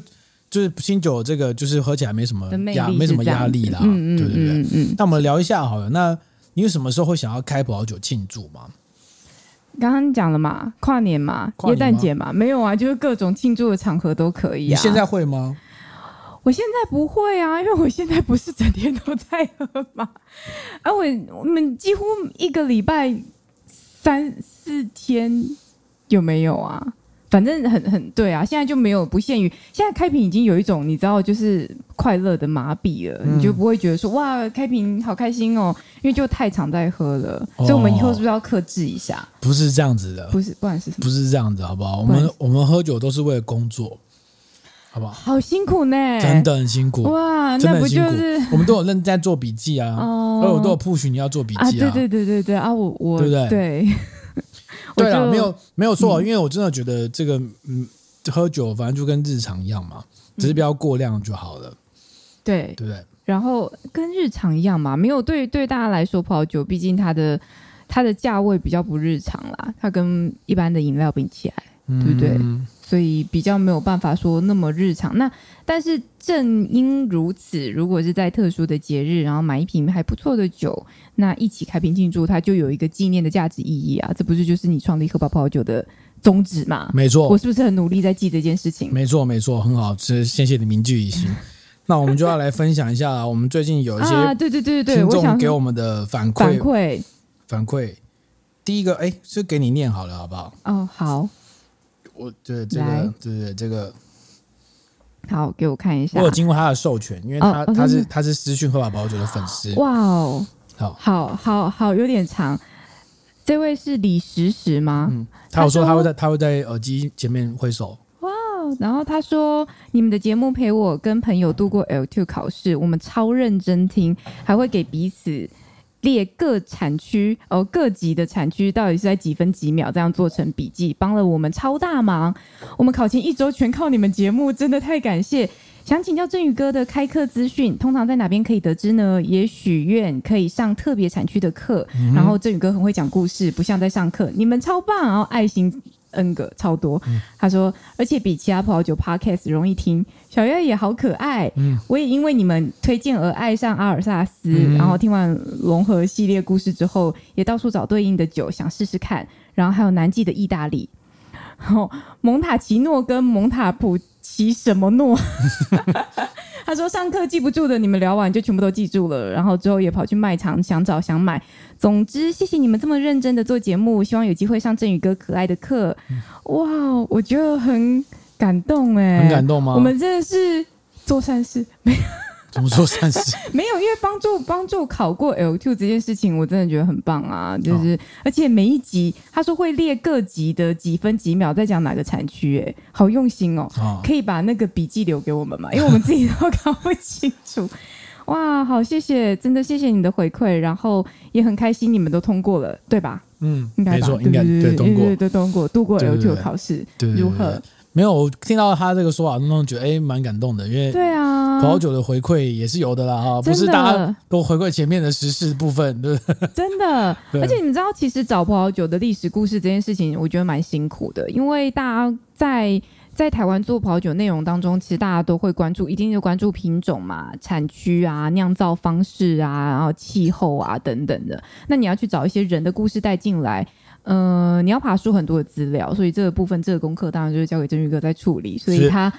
Speaker 2: 就是新酒这个就是喝起来没什么
Speaker 1: 的魅
Speaker 2: 呃压，
Speaker 1: 力
Speaker 2: 没什么
Speaker 1: 是这样
Speaker 2: 压力啦，
Speaker 1: 嗯嗯
Speaker 2: 对对对。
Speaker 1: 嗯嗯
Speaker 2: 那我们聊一下好了，那你什么时候会想要开葡萄酒庆祝吗？
Speaker 1: 嗯，刚刚讲了嘛，跨年嘛，
Speaker 2: 跨
Speaker 1: 耶
Speaker 2: 年吗
Speaker 1: 诞节嘛，没有啊，就是各种庆祝的场合都可以
Speaker 2: 你
Speaker 1: 啊。
Speaker 2: 现在会吗？
Speaker 1: 我现在不会啊， 因为我现在不是整天都在喝嘛，而、啊、我我们几乎一个礼拜三四天有没有啊？反正很很对啊，现在就没有不限于现在开瓶已经有一种你知道就是快乐的麻痹了，
Speaker 2: 嗯
Speaker 1: 你就不会觉得说哇开瓶好开心哦，因为就太常在喝了，
Speaker 2: 哦
Speaker 1: 所以我们以后是不是要克制一下？
Speaker 2: 不是这样子的，
Speaker 1: 不是，不然是什么？
Speaker 2: 不是这样子，好不好？我
Speaker 1: 不然
Speaker 2: 们我们喝酒都是为了工作，好不好？
Speaker 1: 好辛苦呢，
Speaker 2: 真的很辛苦，
Speaker 1: 哇，
Speaker 2: 真
Speaker 1: 那
Speaker 2: 的
Speaker 1: 不
Speaker 2: 很辛
Speaker 1: 就
Speaker 2: 苦
Speaker 1: 是。
Speaker 2: 我们都有认真在做笔记啊，
Speaker 1: 哦
Speaker 2: 而我都有 push 你要做笔
Speaker 1: 啊，
Speaker 2: 记
Speaker 1: 对对对对对啊，我我
Speaker 2: 对不对
Speaker 1: 我
Speaker 2: 对啊，
Speaker 1: 就嗯
Speaker 2: 没有没有错，因为我真的觉得这个，嗯，喝酒反正就跟日常一样嘛，
Speaker 1: 嗯
Speaker 2: 只是不要过量就好了，
Speaker 1: 对，
Speaker 2: 对不对？
Speaker 1: 然后跟日常一样嘛，没有对对大家来说葡萄酒，毕竟它的它的价位比较不日常啦，它跟一般的饮料比起来，对不对
Speaker 2: 嗯
Speaker 1: 所以比较没有办法说那么日常。那但是正因如此，如果是在特殊的节日，然后买一瓶还不错的酒，那一起开瓶庆祝，它就有一个纪念的价值意义啊，这不是就是你创立喝吧葡萄酒的宗旨嘛？
Speaker 2: 没错，
Speaker 1: 我是不是很努力在记这件事情？
Speaker 2: 没错，没错，很好，这谢谢你铭记于心。 那我们就要来分享一下，我们最近有一
Speaker 1: 啊，
Speaker 2: 些
Speaker 1: 对对对对对，
Speaker 2: 听
Speaker 1: 我
Speaker 2: 众
Speaker 1: 想
Speaker 2: 给我们的反
Speaker 1: 反
Speaker 2: 馈
Speaker 1: 馈
Speaker 2: 反馈。第一个，哎，就给你念好了，好不好？
Speaker 1: 哦，好
Speaker 2: 我对这
Speaker 1: 来
Speaker 2: 个，对对这个，
Speaker 1: 好给我看一下
Speaker 2: 我。有经过他的授权，因为他
Speaker 1: 哦哦
Speaker 2: 他
Speaker 1: 真
Speaker 2: 是
Speaker 1: 的
Speaker 2: 他是私讯喝法宝酒的粉丝。
Speaker 1: 哇哦，
Speaker 2: 好，
Speaker 1: 好好好，有点长。这位是李石石吗？
Speaker 2: 嗯，他有说
Speaker 1: 他说
Speaker 2: 他会在他会在耳机前面挥手，
Speaker 1: 哦然后他说：“你们的节目陪我跟朋友度过 L2 考试，我们超认真听，还会给彼此列各产区哦各级的产区到底是在几分几秒这样做成笔记，帮了我们超大忙。我们考前一周全靠你们节目，真的太感谢。想请教振宇哥的开课资讯，通常在哪边可以得知呢？也许愿可以上特别产区的课，然后振宇哥很会讲故事，不像在上课，你们超棒，然后爱心。N 个超多，他说，而且比其他葡萄酒 podcast 容易听，小月也好可爱，
Speaker 2: 嗯
Speaker 1: 我也因为你们推荐而爱上阿尔萨斯，然后听完融合系列故事之后，也到处找对应的酒想试试看，然后还有南极的意大利，然后蒙塔奇诺跟蒙塔普奇什么诺， 他说上课记不住的，你们聊完就全部都记住了，然后之后也跑去卖场想找想买。总之，谢谢你们这么认真的做节目，希望有机会上振宇哥可爱的课。
Speaker 2: 嗯
Speaker 1: 哇，我觉得很感动哎、
Speaker 2: 很感动吗？
Speaker 1: 我们真的是做善事，
Speaker 2: 怎么说 三十？
Speaker 1: 没有，因为帮助帮助考过 L two 这件事情，我真的觉得很棒啊！就是、而且每一集他说会列各集的几分几秒在讲哪个产区，哎，好用心哦！
Speaker 2: 啊
Speaker 1: 可以把那个笔记留给我们吗？因为我们自己都搞不清楚。哇，好，谢谢，真的谢谢你的回馈，然后也很开心你们都通过了，对吧？
Speaker 2: 嗯，
Speaker 1: 应该
Speaker 2: 没
Speaker 1: 吧？
Speaker 2: 错，
Speaker 1: 对
Speaker 2: 应
Speaker 1: 不
Speaker 2: 该对
Speaker 1: 对
Speaker 2: 通过
Speaker 1: 对。对，通过，度过
Speaker 2: 对
Speaker 1: L
Speaker 2: 对
Speaker 1: two
Speaker 2: 对
Speaker 1: 考试，
Speaker 2: 对对对
Speaker 1: 如何？
Speaker 2: 没有，我听到他这个说法当中，觉得哎，蛮感动的，因为
Speaker 1: 对啊，
Speaker 2: 葡萄酒的回馈也是有的啦，哈，不
Speaker 1: 真的
Speaker 2: 是大家都回馈前面的时事部分，对不对？
Speaker 1: 真的，
Speaker 2: 对
Speaker 1: 而且你们知道，其实找葡萄酒的历史故事这件事情，我觉得蛮辛苦的，因为大家在在台湾做葡萄酒内容当中，其实大家都会关注，一定就关注品种嘛、产区啊、酿造方式啊，然后气候啊等等的。那你要去找一些人的故事带进来。呃，你要爬出很多的资料，所以这个部分这个功课当然就是交给振宇哥在处理，所以
Speaker 2: 是
Speaker 1: 他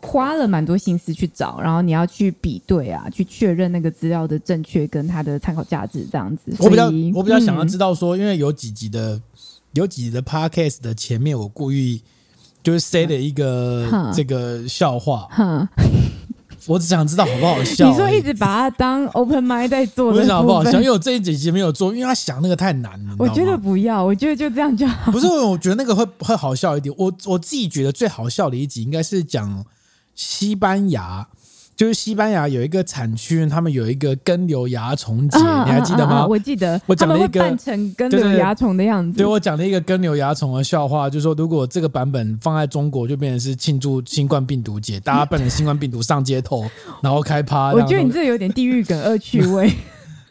Speaker 1: 花了蛮多心思去找，然后你要去比对啊，去确认那个资料的正确跟它的参考价值这样子。
Speaker 2: 我比较
Speaker 1: 所以
Speaker 2: 我比较想要
Speaker 1: 嗯
Speaker 2: 知道说，因为有几集的有几集的 podcast 的前面，我故意就是塞了一个
Speaker 1: 哼
Speaker 2: 这个笑话，
Speaker 1: 哼，
Speaker 2: 我只想知道好不好笑而已。
Speaker 1: 你说一直把它当 open mind 在做
Speaker 2: 我
Speaker 1: 的
Speaker 2: 只想好不好
Speaker 1: 部
Speaker 2: 笑，
Speaker 1: 分
Speaker 2: 因为我这一集没有做，因为他想那个太难了，你
Speaker 1: 我
Speaker 2: 知
Speaker 1: 觉
Speaker 2: 道
Speaker 1: 得
Speaker 2: 吗？
Speaker 1: 不要，我觉得就这样就好。
Speaker 2: 不是，我觉得那个会会好笑一点。我我自己觉得最好笑的一集应该是讲西班牙，就是西班牙有一个产区，他们有一个根瘤蚜虫节，你还记得
Speaker 1: 啊啊啊
Speaker 2: 吗？
Speaker 1: 我记得，
Speaker 2: 我
Speaker 1: 他
Speaker 2: 讲了
Speaker 1: 们
Speaker 2: 一
Speaker 1: 会
Speaker 2: 个
Speaker 1: 扮成跟
Speaker 2: 对对
Speaker 1: 柳
Speaker 2: 对
Speaker 1: 蚜虫的样子
Speaker 2: 对。我讲了一个根瘤蚜虫的笑话，就是说如果这个版本放在中国，就变成是庆祝新冠病毒节，大家扮成新冠病毒上街头，然后开趴，
Speaker 1: 我
Speaker 2: 然后
Speaker 1: 觉得你这有点地狱梗、恶趣 味。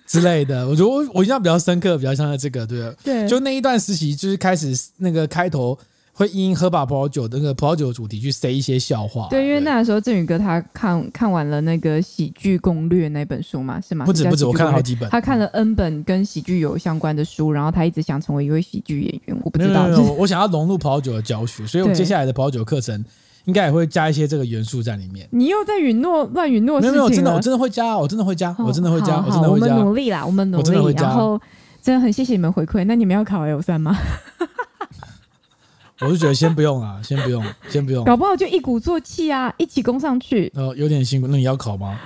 Speaker 2: 之类的。我觉得我我印象比较深刻，比较像是这个，对吧
Speaker 1: 对，
Speaker 2: 就那一段时期，就是开始那个开头会因喝把葡萄酒的那个葡萄酒的主题去塞一些笑话，
Speaker 1: 对，因为那时候振宇哥他看看完了那个《喜剧攻略》那本书嘛，是吗？
Speaker 2: 不止
Speaker 1: 是叫
Speaker 2: 不止，
Speaker 1: 喜剧
Speaker 2: 我看了
Speaker 1: 攻略
Speaker 2: 好几本。
Speaker 1: 他看了 N 本跟喜剧有相关的书，然后他一直想成为一位喜剧演员。我不
Speaker 2: 没有
Speaker 1: 知
Speaker 2: 没有
Speaker 1: 道，
Speaker 2: 没
Speaker 1: 就
Speaker 2: 有，
Speaker 1: 是
Speaker 2: 我我想要融入葡萄酒的教学，所以我
Speaker 1: 对
Speaker 2: 接下来的葡萄酒课程应该也会加一些这个元素在里面。
Speaker 1: 你又在允诺乱允诺
Speaker 2: 没
Speaker 1: 事
Speaker 2: 有
Speaker 1: 情
Speaker 2: 没有，真的
Speaker 1: 了
Speaker 2: 我真的会加，啊我真的会加，
Speaker 1: 哦
Speaker 2: 我真的会加，
Speaker 1: 好
Speaker 2: 我真
Speaker 1: 好
Speaker 2: 的
Speaker 1: 我
Speaker 2: 会加
Speaker 1: 们。努力啦，我们努
Speaker 2: 我真的会
Speaker 1: 力。
Speaker 2: 加
Speaker 1: 然后真的很谢谢你们回馈。那你们要考 L 三吗？
Speaker 2: 我就觉得先不用啊，先不用，先不用。
Speaker 1: 搞不好就一鼓作气啊，一起攻上去。
Speaker 2: 呃，有点辛苦，那你要考吗？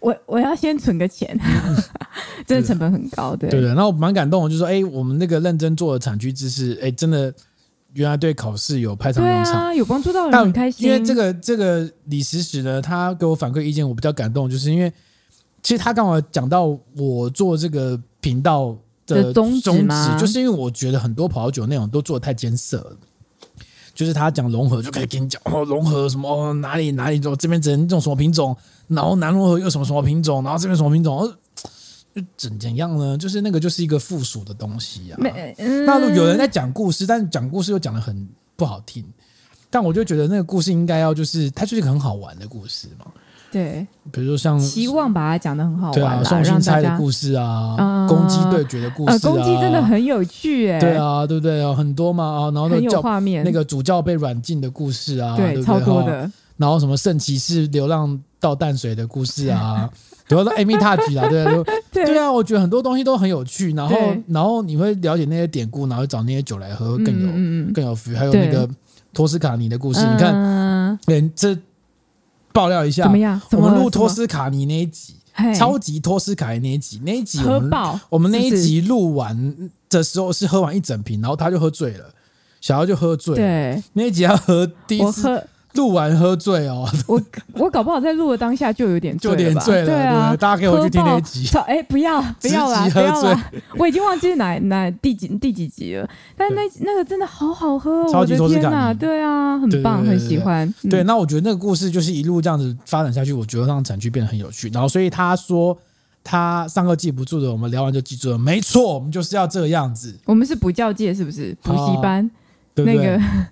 Speaker 1: 我我要先存个钱， 真的成本很高，对
Speaker 2: 嗯对的。那我蛮感动的，就是说，哎，我们那个认真做的产区知识，哎，真的原来对考试有派上
Speaker 1: 对
Speaker 2: 用场。
Speaker 1: 啊，有帮助到人，
Speaker 2: 但
Speaker 1: 很开心。
Speaker 2: 因为这个这个李时时呢，他给我反馈意见，我比较感动，就是因为其实他刚好讲到我做这个频道的
Speaker 1: 的宗旨吗
Speaker 2: 就是因为我觉得很多葡萄酒内容都做的太艰涩了。就是他讲融合，就可以跟你讲哦，融合什么、哦、哪里哪里，就这边只能种什么品种，然后南融合又什么什么品种，然后这边什么品种，哦就怎怎样呢？就是那个就是一个附属的东西啊。
Speaker 1: 没，嗯
Speaker 2: 那如果有人在讲故事，但讲故事又讲的很不好听，但我就觉得那个故事应该要就是它就是一个很好玩的故事嘛，
Speaker 1: 对
Speaker 2: 比如说像
Speaker 1: 期望把它讲的很好
Speaker 2: 嗯对
Speaker 1: 玩
Speaker 2: 啊
Speaker 1: 啦，
Speaker 2: 送信
Speaker 1: 让大
Speaker 2: 差的
Speaker 1: 家
Speaker 2: 故事啊，
Speaker 1: 嗯
Speaker 2: 公鸡对决的故事啊，
Speaker 1: 呃攻击真的很有趣哎，
Speaker 2: 对啊，对不对啊？很多嘛啊，然后那
Speaker 1: 很
Speaker 2: 个
Speaker 1: 有
Speaker 2: 教
Speaker 1: 画面，
Speaker 2: 那个主教被软禁的故事啊，对
Speaker 1: 对
Speaker 2: 不对
Speaker 1: 超多
Speaker 2: 哈
Speaker 1: 的，
Speaker 2: 然后什么圣骑士流浪到淡水的故 事啊，流浪到 Amy Touch 啦，对啊就对
Speaker 1: 对
Speaker 2: 啊，我觉得很多东西都很有趣，然后
Speaker 1: 对
Speaker 2: 然后你会了解那些典故，然后找那些酒来喝
Speaker 1: 嗯
Speaker 2: 更有。
Speaker 1: 嗯嗯
Speaker 2: 更有 feel。还有那个托斯卡尼的故事，你看，
Speaker 1: 看
Speaker 2: 连这爆料一下
Speaker 1: 嗯呃怎么，样？
Speaker 2: 我
Speaker 1: 怎么
Speaker 2: 们录
Speaker 1: 怎
Speaker 2: 托
Speaker 1: 么
Speaker 2: 斯卡尼那一集，
Speaker 1: 嘿
Speaker 2: 超级托斯卡尼那一集，那一集我
Speaker 1: 喝
Speaker 2: 们
Speaker 1: 爆，
Speaker 2: 我们那一
Speaker 1: 是不是
Speaker 2: 集录完的时候是喝完一整瓶，然后他就喝醉了，小姚就喝醉了。
Speaker 1: 对，
Speaker 2: 那一集他喝第一
Speaker 1: 我
Speaker 2: 次，
Speaker 1: 喝
Speaker 2: 录完喝醉哦，
Speaker 1: 我我搞不好在录的当下就有点
Speaker 2: 就有点
Speaker 1: 吧
Speaker 2: 醉了，
Speaker 1: 对啊
Speaker 2: 不，大家可以回去听那一集。
Speaker 1: 超哎、不要不
Speaker 2: 直
Speaker 1: 要啦，
Speaker 2: 击
Speaker 1: 不
Speaker 2: 喝
Speaker 1: 要
Speaker 2: 醉
Speaker 1: 啦，我已经忘记哪哪第几第几集了。但那那个真的好好喝、哦，
Speaker 2: 超级
Speaker 1: 我
Speaker 2: 多
Speaker 1: 的
Speaker 2: 汁
Speaker 1: 天
Speaker 2: 感
Speaker 1: 呐，
Speaker 2: 嗯
Speaker 1: 对啊，
Speaker 2: 对
Speaker 1: 很棒，
Speaker 2: 对对
Speaker 1: 很
Speaker 2: 对
Speaker 1: 喜
Speaker 2: 对
Speaker 1: 欢。嗯
Speaker 2: 对，那我觉得那个故事就是一路这样子发展下去，我觉得让展区变得很有趣。然后，所以他说他上课记不住的，我们聊完就记住了。没错，我们就是要这个样子，
Speaker 1: 我们是不教界是不是？补习班、
Speaker 2: 啊对不
Speaker 1: 那
Speaker 2: 对？
Speaker 1: 个，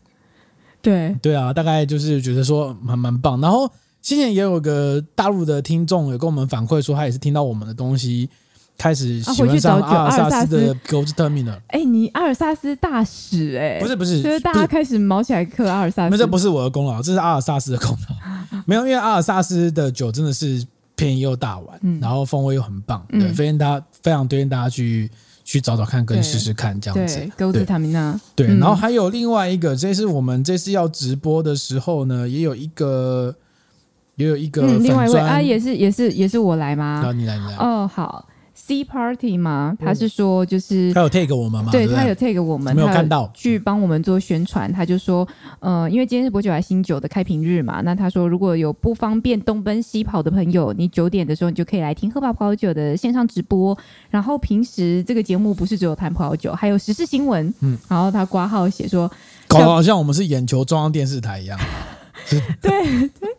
Speaker 1: 对，
Speaker 2: 对啊，大概就是觉得说蛮蛮棒。然后之前也有个大陆的听众有跟我们反馈说，他也是听到我们的东西，开始喜欢上
Speaker 1: 啊回去找酒
Speaker 2: 阿尔萨斯
Speaker 1: 阿
Speaker 2: 的
Speaker 1: 尔
Speaker 2: Ghost Terminal。
Speaker 1: 哎、你阿尔萨斯大使哎、
Speaker 2: 不是不是，
Speaker 1: 就是大
Speaker 2: 不
Speaker 1: 家
Speaker 2: 是
Speaker 1: 开始毛起来嗑阿尔萨
Speaker 2: 那
Speaker 1: 斯，
Speaker 2: 这不是我的功劳，这是阿尔萨斯的功 劳。没有，因为阿尔萨斯的酒真的是便宜又大碗，
Speaker 1: 嗯
Speaker 2: 然后风味又很棒，
Speaker 1: 嗯
Speaker 2: 对，推荐大家非常推荐大家去去找找看，跟
Speaker 1: 对
Speaker 2: 试试看这样子
Speaker 1: 对。，狗子塔米娜，
Speaker 2: 对，
Speaker 1: 嗯
Speaker 2: 然后还有另外一个，这是我们这次要直播的时候呢，也有一个，也有一个
Speaker 1: 嗯，
Speaker 2: 粉
Speaker 1: 另外一位
Speaker 2: 砖
Speaker 1: 啊，也是也是也是我来吗？
Speaker 2: 啊，你来，你来。
Speaker 1: 哦，好，C Party
Speaker 2: 嗯
Speaker 1: 吗？他是说就是
Speaker 2: 他有 take 我们吗？
Speaker 1: 对
Speaker 2: 不
Speaker 1: 他有 take 我们，
Speaker 2: 没有
Speaker 1: 他
Speaker 2: 看到
Speaker 1: 去帮我们做宣传。他就说，呃，因为今天是博酒来新酒的开瓶日嘛，那他说如果有不方便东奔西跑的朋友，你九点的时候你就可以来听喝吧葡萄酒的线上直播。然后平时这个节目不是只有谈葡萄酒，还有时事新闻。
Speaker 2: 嗯
Speaker 1: 嗯，然后他挂号写说，
Speaker 2: 搞得好像我们是眼球中央电视台一样。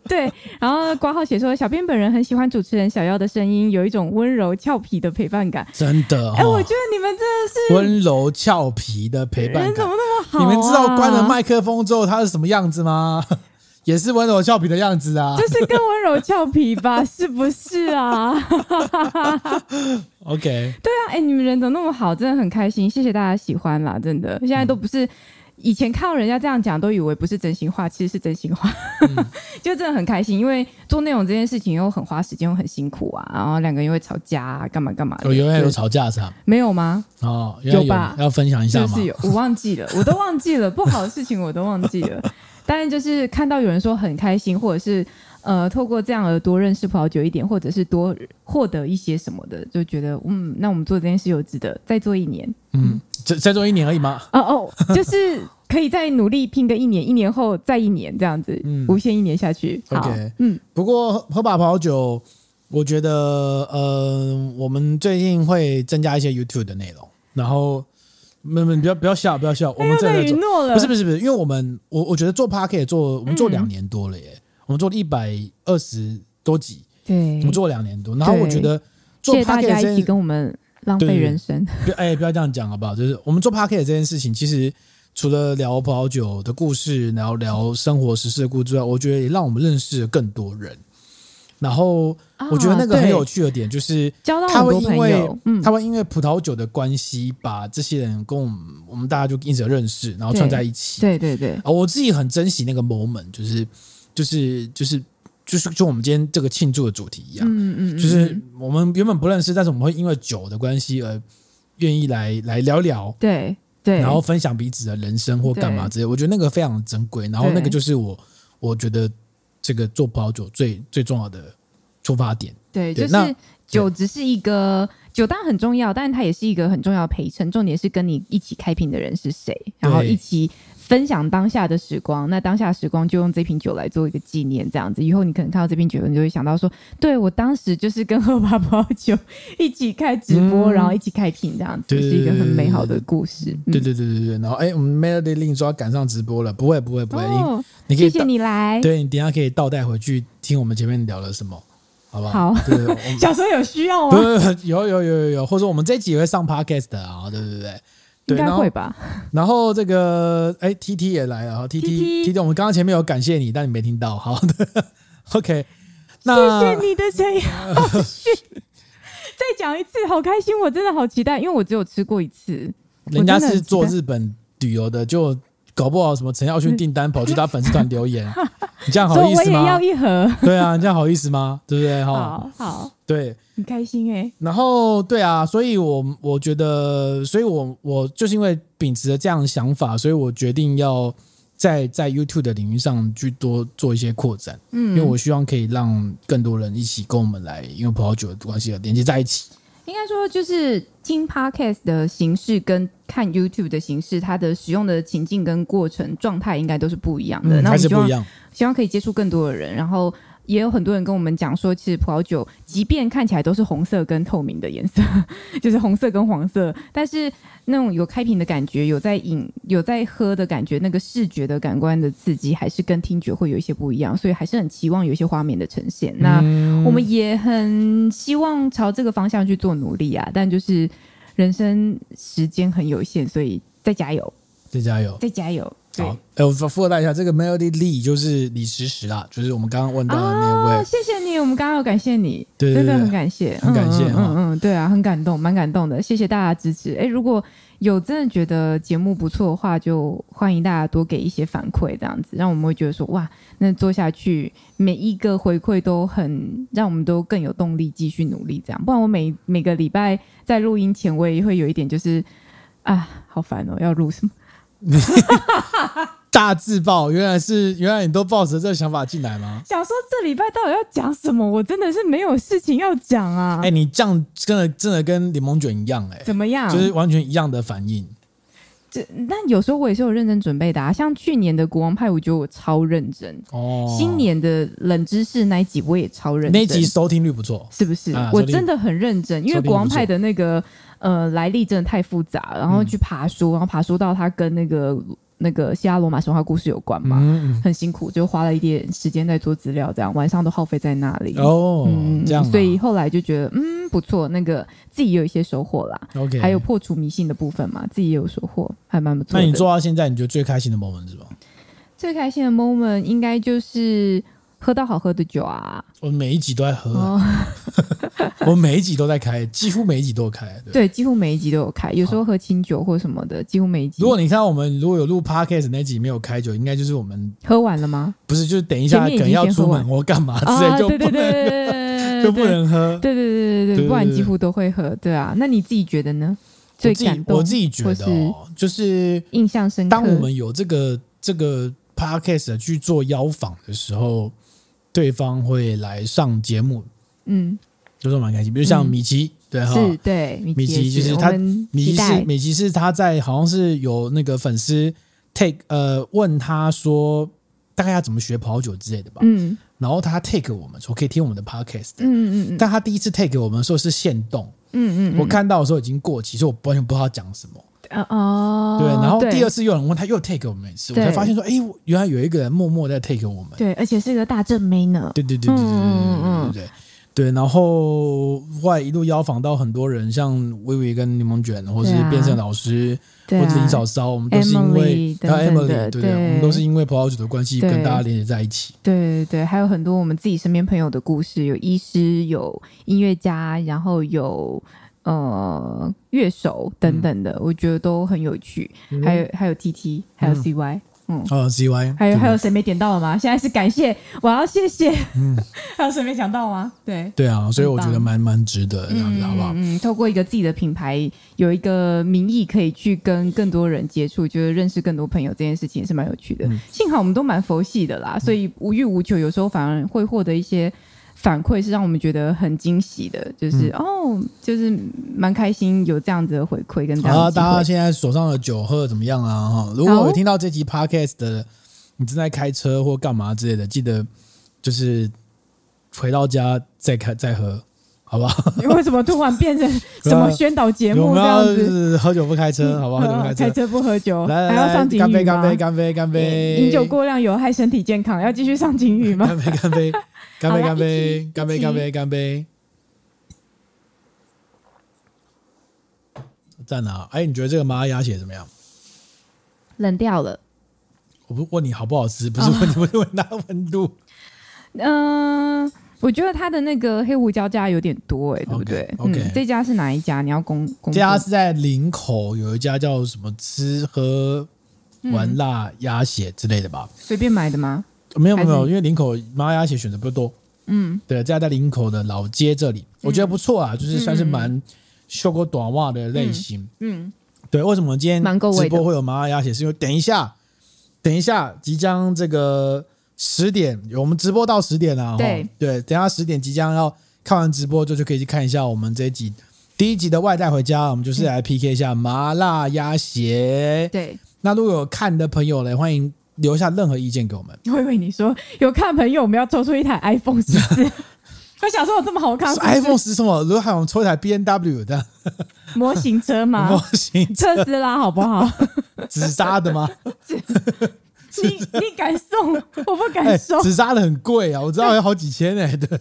Speaker 1: 对，然后挂号写说，小编本人很喜欢主持人小妖的声音，有一种温柔俏皮的陪伴感。
Speaker 2: 真的，
Speaker 1: 哎、我
Speaker 2: 哦
Speaker 1: 觉，得你们这
Speaker 2: 温柔俏皮的陪伴
Speaker 1: 人怎
Speaker 2: 感
Speaker 1: 么。那么好、啊
Speaker 2: 你们知道关了。麦 克风之后他是什么样子吗？ 也是温柔俏皮的样子啊
Speaker 1: 就。是更温柔俏皮吧，是不是啊？
Speaker 2: OK，
Speaker 1: 对啊，哎、你们人怎么那么好？真的很开心，谢谢大家喜欢啦，真的。现在都不是、以前看到人家这样讲，都以为不是真心话，其实是真心话，
Speaker 2: 嗯
Speaker 1: 就真的很开心。因为做内容这件事情又很花时间，又很辛苦啊，然后两个人又会吵架、啊，干嘛干嘛的。
Speaker 2: 我哦原来有
Speaker 1: 对
Speaker 2: 吵架是吧？
Speaker 1: 没有吗？
Speaker 2: 哦，原来
Speaker 1: 有吧
Speaker 2: 要分享一
Speaker 1: 是
Speaker 2: 下
Speaker 1: 不
Speaker 2: 吗
Speaker 1: 是？有？我忘记了，我都忘记了，不好的事情我都忘记 了。但是就是看到有人说很开心，或者是呃，透过这样而多认识葡萄酒一点，或者是多获得一些什么的，就觉得嗯，那我们做这件事有值得再做一 年。
Speaker 2: 嗯，再再做一年而已吗？
Speaker 1: 哦哦，就是可以再努力拼个一年，一年后再一年这样子，
Speaker 2: 嗯
Speaker 1: 无限一年下去。好
Speaker 2: OK
Speaker 1: 嗯，
Speaker 2: 不过喝把葡萄酒，我觉得呃，我们最近会增加一些 YouTube 的内容，然后。没没，不要不要笑，不要笑，我们
Speaker 1: 又
Speaker 2: 真
Speaker 1: 在
Speaker 2: 的
Speaker 1: 允诺了，
Speaker 2: 不是不是不是，因为我们我我觉得做 p a r k 也做我们
Speaker 1: 嗯
Speaker 2: 做两年多了耶，我们做了一百二十多集，
Speaker 1: 对
Speaker 2: 我，们做了两年多。然后我觉得
Speaker 1: 嗯
Speaker 2: 做
Speaker 1: 谢谢
Speaker 2: p a r
Speaker 1: 大
Speaker 2: k
Speaker 1: 家
Speaker 2: 这
Speaker 1: 一起
Speaker 2: 件，
Speaker 1: 跟我们浪
Speaker 2: 对
Speaker 1: 费
Speaker 2: 对对
Speaker 1: 人生。
Speaker 2: 不哎不要这样讲好不好？就是我们做 p a r k 这件事情，其实除了聊葡萄酒的故事，然后聊生活时事的故事之外，我觉得也让我们认识了更多人。然后我觉得那个
Speaker 1: 啊
Speaker 2: 很
Speaker 1: 对
Speaker 2: 有趣的点就是，
Speaker 1: 交到
Speaker 2: 他
Speaker 1: 很
Speaker 2: 会
Speaker 1: 多
Speaker 2: 因
Speaker 1: 朋
Speaker 2: 为
Speaker 1: 友，嗯，
Speaker 2: 他会因为葡萄酒的关系，把这些人跟我们我们大家就一直认识，然后串在一起。
Speaker 1: 对对对
Speaker 2: 啊、，我自己很珍惜那个 moment，就是就是就是就是就我们今天这个庆祝的主题一样，
Speaker 1: 嗯嗯，嗯
Speaker 2: 就是我们原本不认识，但是我们会因为酒的关系而愿意来来聊聊，
Speaker 1: 对对，
Speaker 2: 然后分享彼此的人生或干嘛之类。我觉得那个非常珍贵，然后那个
Speaker 1: 对
Speaker 2: 就是我我觉得这个做葡萄酒最最重要的出发点。
Speaker 1: 对，
Speaker 2: 对
Speaker 1: 就
Speaker 2: 那
Speaker 1: 是酒只是一个酒当然很重要，但是它也是一个很重要的陪衬，重点是跟你一起开瓶的人是谁，然后
Speaker 2: 对
Speaker 1: 一起。分享当下的时光，那当下时光就用这瓶酒来做一个纪念，这样子以后你可能看到这瓶酒，你就会想到说，对我当时就是跟喝吧葡萄酒一起开直播，
Speaker 2: 嗯
Speaker 1: 然后一起开瓶，这样子
Speaker 2: 对对
Speaker 1: 是一个很美好的故事。嗯
Speaker 2: 对对对对对。然后哎，我们 Melody Lin 说要赶上直播了，不会不会不会，
Speaker 1: 哦，
Speaker 2: 你你可
Speaker 1: 谢
Speaker 2: 以
Speaker 1: 谢
Speaker 2: 倒
Speaker 1: 你来。
Speaker 2: 对你等一下可以倒带回去听我们前面聊了什么，好不好？
Speaker 1: 好
Speaker 2: 对，我们
Speaker 1: 小时候有需要
Speaker 2: 不
Speaker 1: 吗？
Speaker 2: 不不，有有有有有，或者说我们这一集也会上 podcast 的啊，对对对
Speaker 1: 应
Speaker 2: 对。
Speaker 1: 该
Speaker 2: 然后
Speaker 1: 会吧。
Speaker 2: 然后这个哎，T T 也来了啊，T T
Speaker 1: TT
Speaker 2: T T，我们刚刚前面有感谢你，但你没听到，好 的，OK。那
Speaker 1: 谢谢你的 声音， 好逊再讲一次，好开心，我真的好期待，因为我只有吃过一次。
Speaker 2: 人家
Speaker 1: 我真的很
Speaker 2: 是做
Speaker 1: 期待
Speaker 2: 日本旅游的，就搞不好什么陈耀勋订单跑去他粉丝团 留言，你这样好
Speaker 1: 所以
Speaker 2: 哦意
Speaker 1: 我
Speaker 2: 思
Speaker 1: 也要
Speaker 2: 吗？哦
Speaker 1: 一盒。
Speaker 2: 对啊，你这样好意思吗？对不对？哈，
Speaker 1: 好好，
Speaker 2: 对。
Speaker 1: 很开心哎、
Speaker 2: 然后对啊，所以我我觉得，所以我我就是因为秉持着这样的想法，所以我决定要在在 YouTube 的领域上去多做一些扩展，因为
Speaker 1: 嗯，
Speaker 2: 我希望可以让更多人一起跟我们来，因为葡萄酒的关系而连接在一起。
Speaker 1: 应该说就是听 podcast 的形式跟看 YouTube 的形式，它的使用的情境跟过程状态应该都是不一样的。
Speaker 2: 嗯
Speaker 1: 那我
Speaker 2: 还
Speaker 1: 们
Speaker 2: 是
Speaker 1: 希
Speaker 2: 不一
Speaker 1: 望
Speaker 2: 样。
Speaker 1: 希望可以接触更多的人，然后。也有很多人跟我们讲说，其实葡萄酒即便看起来都是红色跟透明的颜色， 就是红色跟黄色，但是那种有开瓶的感觉，有在饮、有在喝的感觉，那个视觉的感官的刺激，还是跟听觉会有一些不一样，所以还是很期望有一些画面的呈现。那我们也很希望朝这个方向去做努力啊，但就是人生时间很有限，所以再加油，
Speaker 2: 再加油！
Speaker 1: 再加油。对
Speaker 2: 好，哎，我附附带一下，这个 Melody Lee 就是李时时啊，就是我们刚刚问到的那位。
Speaker 1: 啊，谢谢你，我们刚刚有感谢你，
Speaker 2: 对对
Speaker 1: 真
Speaker 2: 对
Speaker 1: 的很感谢，
Speaker 2: 很感谢
Speaker 1: 嗯
Speaker 2: 哈
Speaker 1: 嗯嗯嗯，对啊，很感动，蛮感动的，谢谢大家支持。哎，如果有真的觉得节目不错的话，就欢迎大家多给一些反馈，这样子让我们会觉得说，哇，那做下去每一个回馈都很让我们都更有动力继续努力，这样。不然我每每个礼拜在录音前，我也会有一点就是啊，好烦哦，要录什 么？
Speaker 2: 大自爆，原来是原来你都抱着这个想法进来吗？
Speaker 1: 想说这礼拜到底要讲什么？我真的是没有事情要讲啊。
Speaker 2: 哎、你这样真的真的跟柠檬卷一样哎、
Speaker 1: 怎么样？
Speaker 2: 就是完全一样的反应。
Speaker 1: 这那有时候我也是有认真准备的、啊，像去年的国王派，我觉得我超认真。
Speaker 2: 哦，
Speaker 1: 新年的冷知识那一集我也超认真，
Speaker 2: 那一集收听率不错，
Speaker 1: 是不是？
Speaker 2: 啊
Speaker 1: 我
Speaker 2: 说得
Speaker 1: 真的很认真，因为
Speaker 2: 说得
Speaker 1: 国王
Speaker 2: 不错嗯
Speaker 1: 派的那个呃来历真的太复杂，然后去爬书，然后爬书到它跟那个那个希腊罗马神话故事有关嘛，
Speaker 2: 嗯，
Speaker 1: 很辛苦，就花了一点时间在做资料，这样晚上都耗费在那里。
Speaker 2: 嗯哦，这样啊、
Speaker 1: 所以后来就觉得嗯不错，那个自己也有一些收获啦，
Speaker 2: OK，
Speaker 1: 还有破除迷信的部分嘛，自己也有收获，还蛮不错
Speaker 2: 那
Speaker 1: 的。
Speaker 2: 你做到现在，你觉得最开心的 moment 是吧？
Speaker 1: 最开心的 moment 应该就是喝到好喝的酒啊！
Speaker 2: 我每一集都在喝，
Speaker 1: 哦，
Speaker 2: 我每一集都在开，几乎每一集都有开。对，
Speaker 1: 对，几乎每一集都有开，有时候喝清酒或什么的，几乎每一集。
Speaker 2: 如果你看到我们如果有录 podcast 那集没有开酒，应该就是我们
Speaker 1: 喝完了吗？
Speaker 2: 不是就是等一下
Speaker 1: 前面已
Speaker 2: 可
Speaker 1: 经
Speaker 2: 能要
Speaker 1: 先喝
Speaker 2: 出
Speaker 1: 完
Speaker 2: 门或干嘛之类、
Speaker 1: 啊，
Speaker 2: 就
Speaker 1: 对对
Speaker 2: 不
Speaker 1: 对
Speaker 2: 能
Speaker 1: 对对，
Speaker 2: 就不能喝。
Speaker 1: 对。对对对对
Speaker 2: 对对
Speaker 1: 不然
Speaker 2: 对
Speaker 1: 几乎都会喝。对啊，那你自己觉得呢？最
Speaker 2: 我自己
Speaker 1: 感动，
Speaker 2: 我自己觉得
Speaker 1: 或
Speaker 2: 哦，就是
Speaker 1: 印象深刻。
Speaker 2: 当我们有这个这个 podcast 去做邀访的时候，对方会来上节目，
Speaker 1: 嗯，
Speaker 2: 就是蛮开心。比如像
Speaker 1: 嗯
Speaker 2: 米奇，对哈，
Speaker 1: 是对米
Speaker 2: 米奇
Speaker 1: 奇也
Speaker 2: 就是
Speaker 1: 我
Speaker 2: 他
Speaker 1: 们
Speaker 2: 米
Speaker 1: 期
Speaker 2: 奇
Speaker 1: 待
Speaker 2: 是米奇是他在好像是有那个粉丝 take 呃问他说大概要怎么学葡萄酒之类的吧，
Speaker 1: 嗯
Speaker 2: 然后他 take 我们说可以听我们的 podcast，、
Speaker 1: 嗯嗯嗯
Speaker 2: 但他第一次 take 我们说是限动，
Speaker 1: 嗯嗯，
Speaker 2: 我看到的时候已经过期，所以我完全不知道他讲什么。
Speaker 1: 嗯哦，
Speaker 2: 对，然后第二
Speaker 1: 次
Speaker 2: 次又有人问他又 take 我们一次，我
Speaker 1: 对
Speaker 2: 才发现说，哎，原来有一个人默默在 take 我们。
Speaker 1: 对，而且是个大正妹呢。
Speaker 2: 对对对对对对对对
Speaker 1: 嗯嗯嗯
Speaker 2: 对对，然后后来一路邀访到很多人，像薇薇跟柠檬卷，或是
Speaker 1: 对啊
Speaker 2: 变成老师，
Speaker 1: 对
Speaker 2: 或者
Speaker 1: 啊，
Speaker 2: 林嫂骚，我们都是因为
Speaker 1: Emily 等
Speaker 2: 还有
Speaker 1: 等
Speaker 2: Emily，
Speaker 1: 的
Speaker 2: 对对，
Speaker 1: 对
Speaker 2: 我们都是因为葡萄酒的关系
Speaker 1: 对
Speaker 2: 跟大家连接在一起。
Speaker 1: 对对对，还有很多我们自己身边朋友的故事，有医师，有音乐家，然后有呃乐手等等的，我觉得都很有趣。还有还有 TT，还有 CY，嗯。
Speaker 2: 哦，CY，
Speaker 1: 还有还有
Speaker 2: 对
Speaker 1: 谁没点到了吗？现在是感谢，我要谢谢。 还有谁没讲到吗？对，
Speaker 2: 对啊，所以我
Speaker 1: 很
Speaker 2: 觉
Speaker 1: 棒
Speaker 2: 得蛮蛮值得的这样子，好不好？
Speaker 1: 嗯，嗯透过一个自己的品牌，有一个名义可以去跟更多人接触，就是认识更多朋友，这件事情也是蛮有趣的。
Speaker 2: 嗯
Speaker 1: 幸好我们都蛮佛系的啦，所以无欲无求，有时候反而会获得一些反馈，是让我们觉得很惊喜的，就是、
Speaker 2: 嗯
Speaker 1: 哦，就是蛮开心有这样子的回馈跟这
Speaker 2: 好
Speaker 1: 样
Speaker 2: 啊，
Speaker 1: 子的
Speaker 2: 大家
Speaker 1: 机会。
Speaker 2: 现在手上的酒喝的怎么样啊？哈，如果
Speaker 1: 好
Speaker 2: 有听到这集 podcast 的，你正在开车或干嘛之类的，记得就是回到家再开再喝，好不好？
Speaker 1: 为什么突然变成什么宣导节
Speaker 2: 我
Speaker 1: 目这
Speaker 2: 们要
Speaker 1: 样
Speaker 2: 就
Speaker 1: 子？啊
Speaker 2: 是喝酒不开车，好不好？喝酒不开
Speaker 1: 开
Speaker 2: 车，
Speaker 1: 车不喝酒，
Speaker 2: 来
Speaker 1: 还要
Speaker 2: 来来
Speaker 1: 上，警
Speaker 2: 干杯
Speaker 1: 语
Speaker 2: 干
Speaker 1: 吗
Speaker 2: 杯？干杯干杯！
Speaker 1: 饮酒过量有害身体健康，要继续上警语吗？
Speaker 2: 干杯！干杯！干
Speaker 1: 好
Speaker 2: 杯！
Speaker 1: 啦
Speaker 2: 干
Speaker 1: 一
Speaker 2: 杯
Speaker 1: 起！
Speaker 2: 干杯！
Speaker 1: 一起
Speaker 2: 干杯！干杯！赞啊！哎，你觉得这个麻辣鸭血怎么样？
Speaker 1: 冷掉了。
Speaker 2: 我不问你好不好 吃，不是问你问问它温度。
Speaker 1: 嗯、我觉得它的那个黑胡椒加有点多哎、对不对
Speaker 2: OK，OK
Speaker 1: 嗯，这家是哪一家？你要公公布
Speaker 2: 这家是在林口有一家叫什么吃喝
Speaker 1: 嗯
Speaker 2: 玩辣鸭血之类的吧？
Speaker 1: 随便买的吗？
Speaker 2: 没有没
Speaker 1: 还
Speaker 2: 有
Speaker 1: 是
Speaker 2: 没有，因为林口麻辣鸭血选择不多。
Speaker 1: 嗯，
Speaker 2: 对，这家在林口的老街这里，我觉得不错啊，就是算是蛮修过短袜的类型。
Speaker 1: 嗯，
Speaker 2: 对，为什么今天
Speaker 1: 蛮够味的
Speaker 2: 直播会有麻辣鸭血？是因为等一下，等一下即将这个十点，我们直播到十点啊。
Speaker 1: 对
Speaker 2: 吼对，等一下十点即将要看完直播之后，就可以去看一下我们这一集第一集的外带回家，我们就是来 PK 一下麻辣鸭血。
Speaker 1: 嗯对，
Speaker 2: 那如果有看的朋友呢，欢迎留下任何意见给我们。
Speaker 1: 我以为你说有看朋友，我们要抽出一台 iPhone 十四。 我想说有这么好看
Speaker 2: 说 iPhone 十什么？如果还有抽一台 B N W 的
Speaker 1: 模型车
Speaker 2: 模
Speaker 1: 吗？
Speaker 2: 型
Speaker 1: 特斯拉好不 好？
Speaker 2: 紫砂的 吗？
Speaker 1: 你你敢送， 我不
Speaker 2: 哎，
Speaker 1: 敢收，
Speaker 2: 紫砂的很贵啊，我知道有好几千 哎、对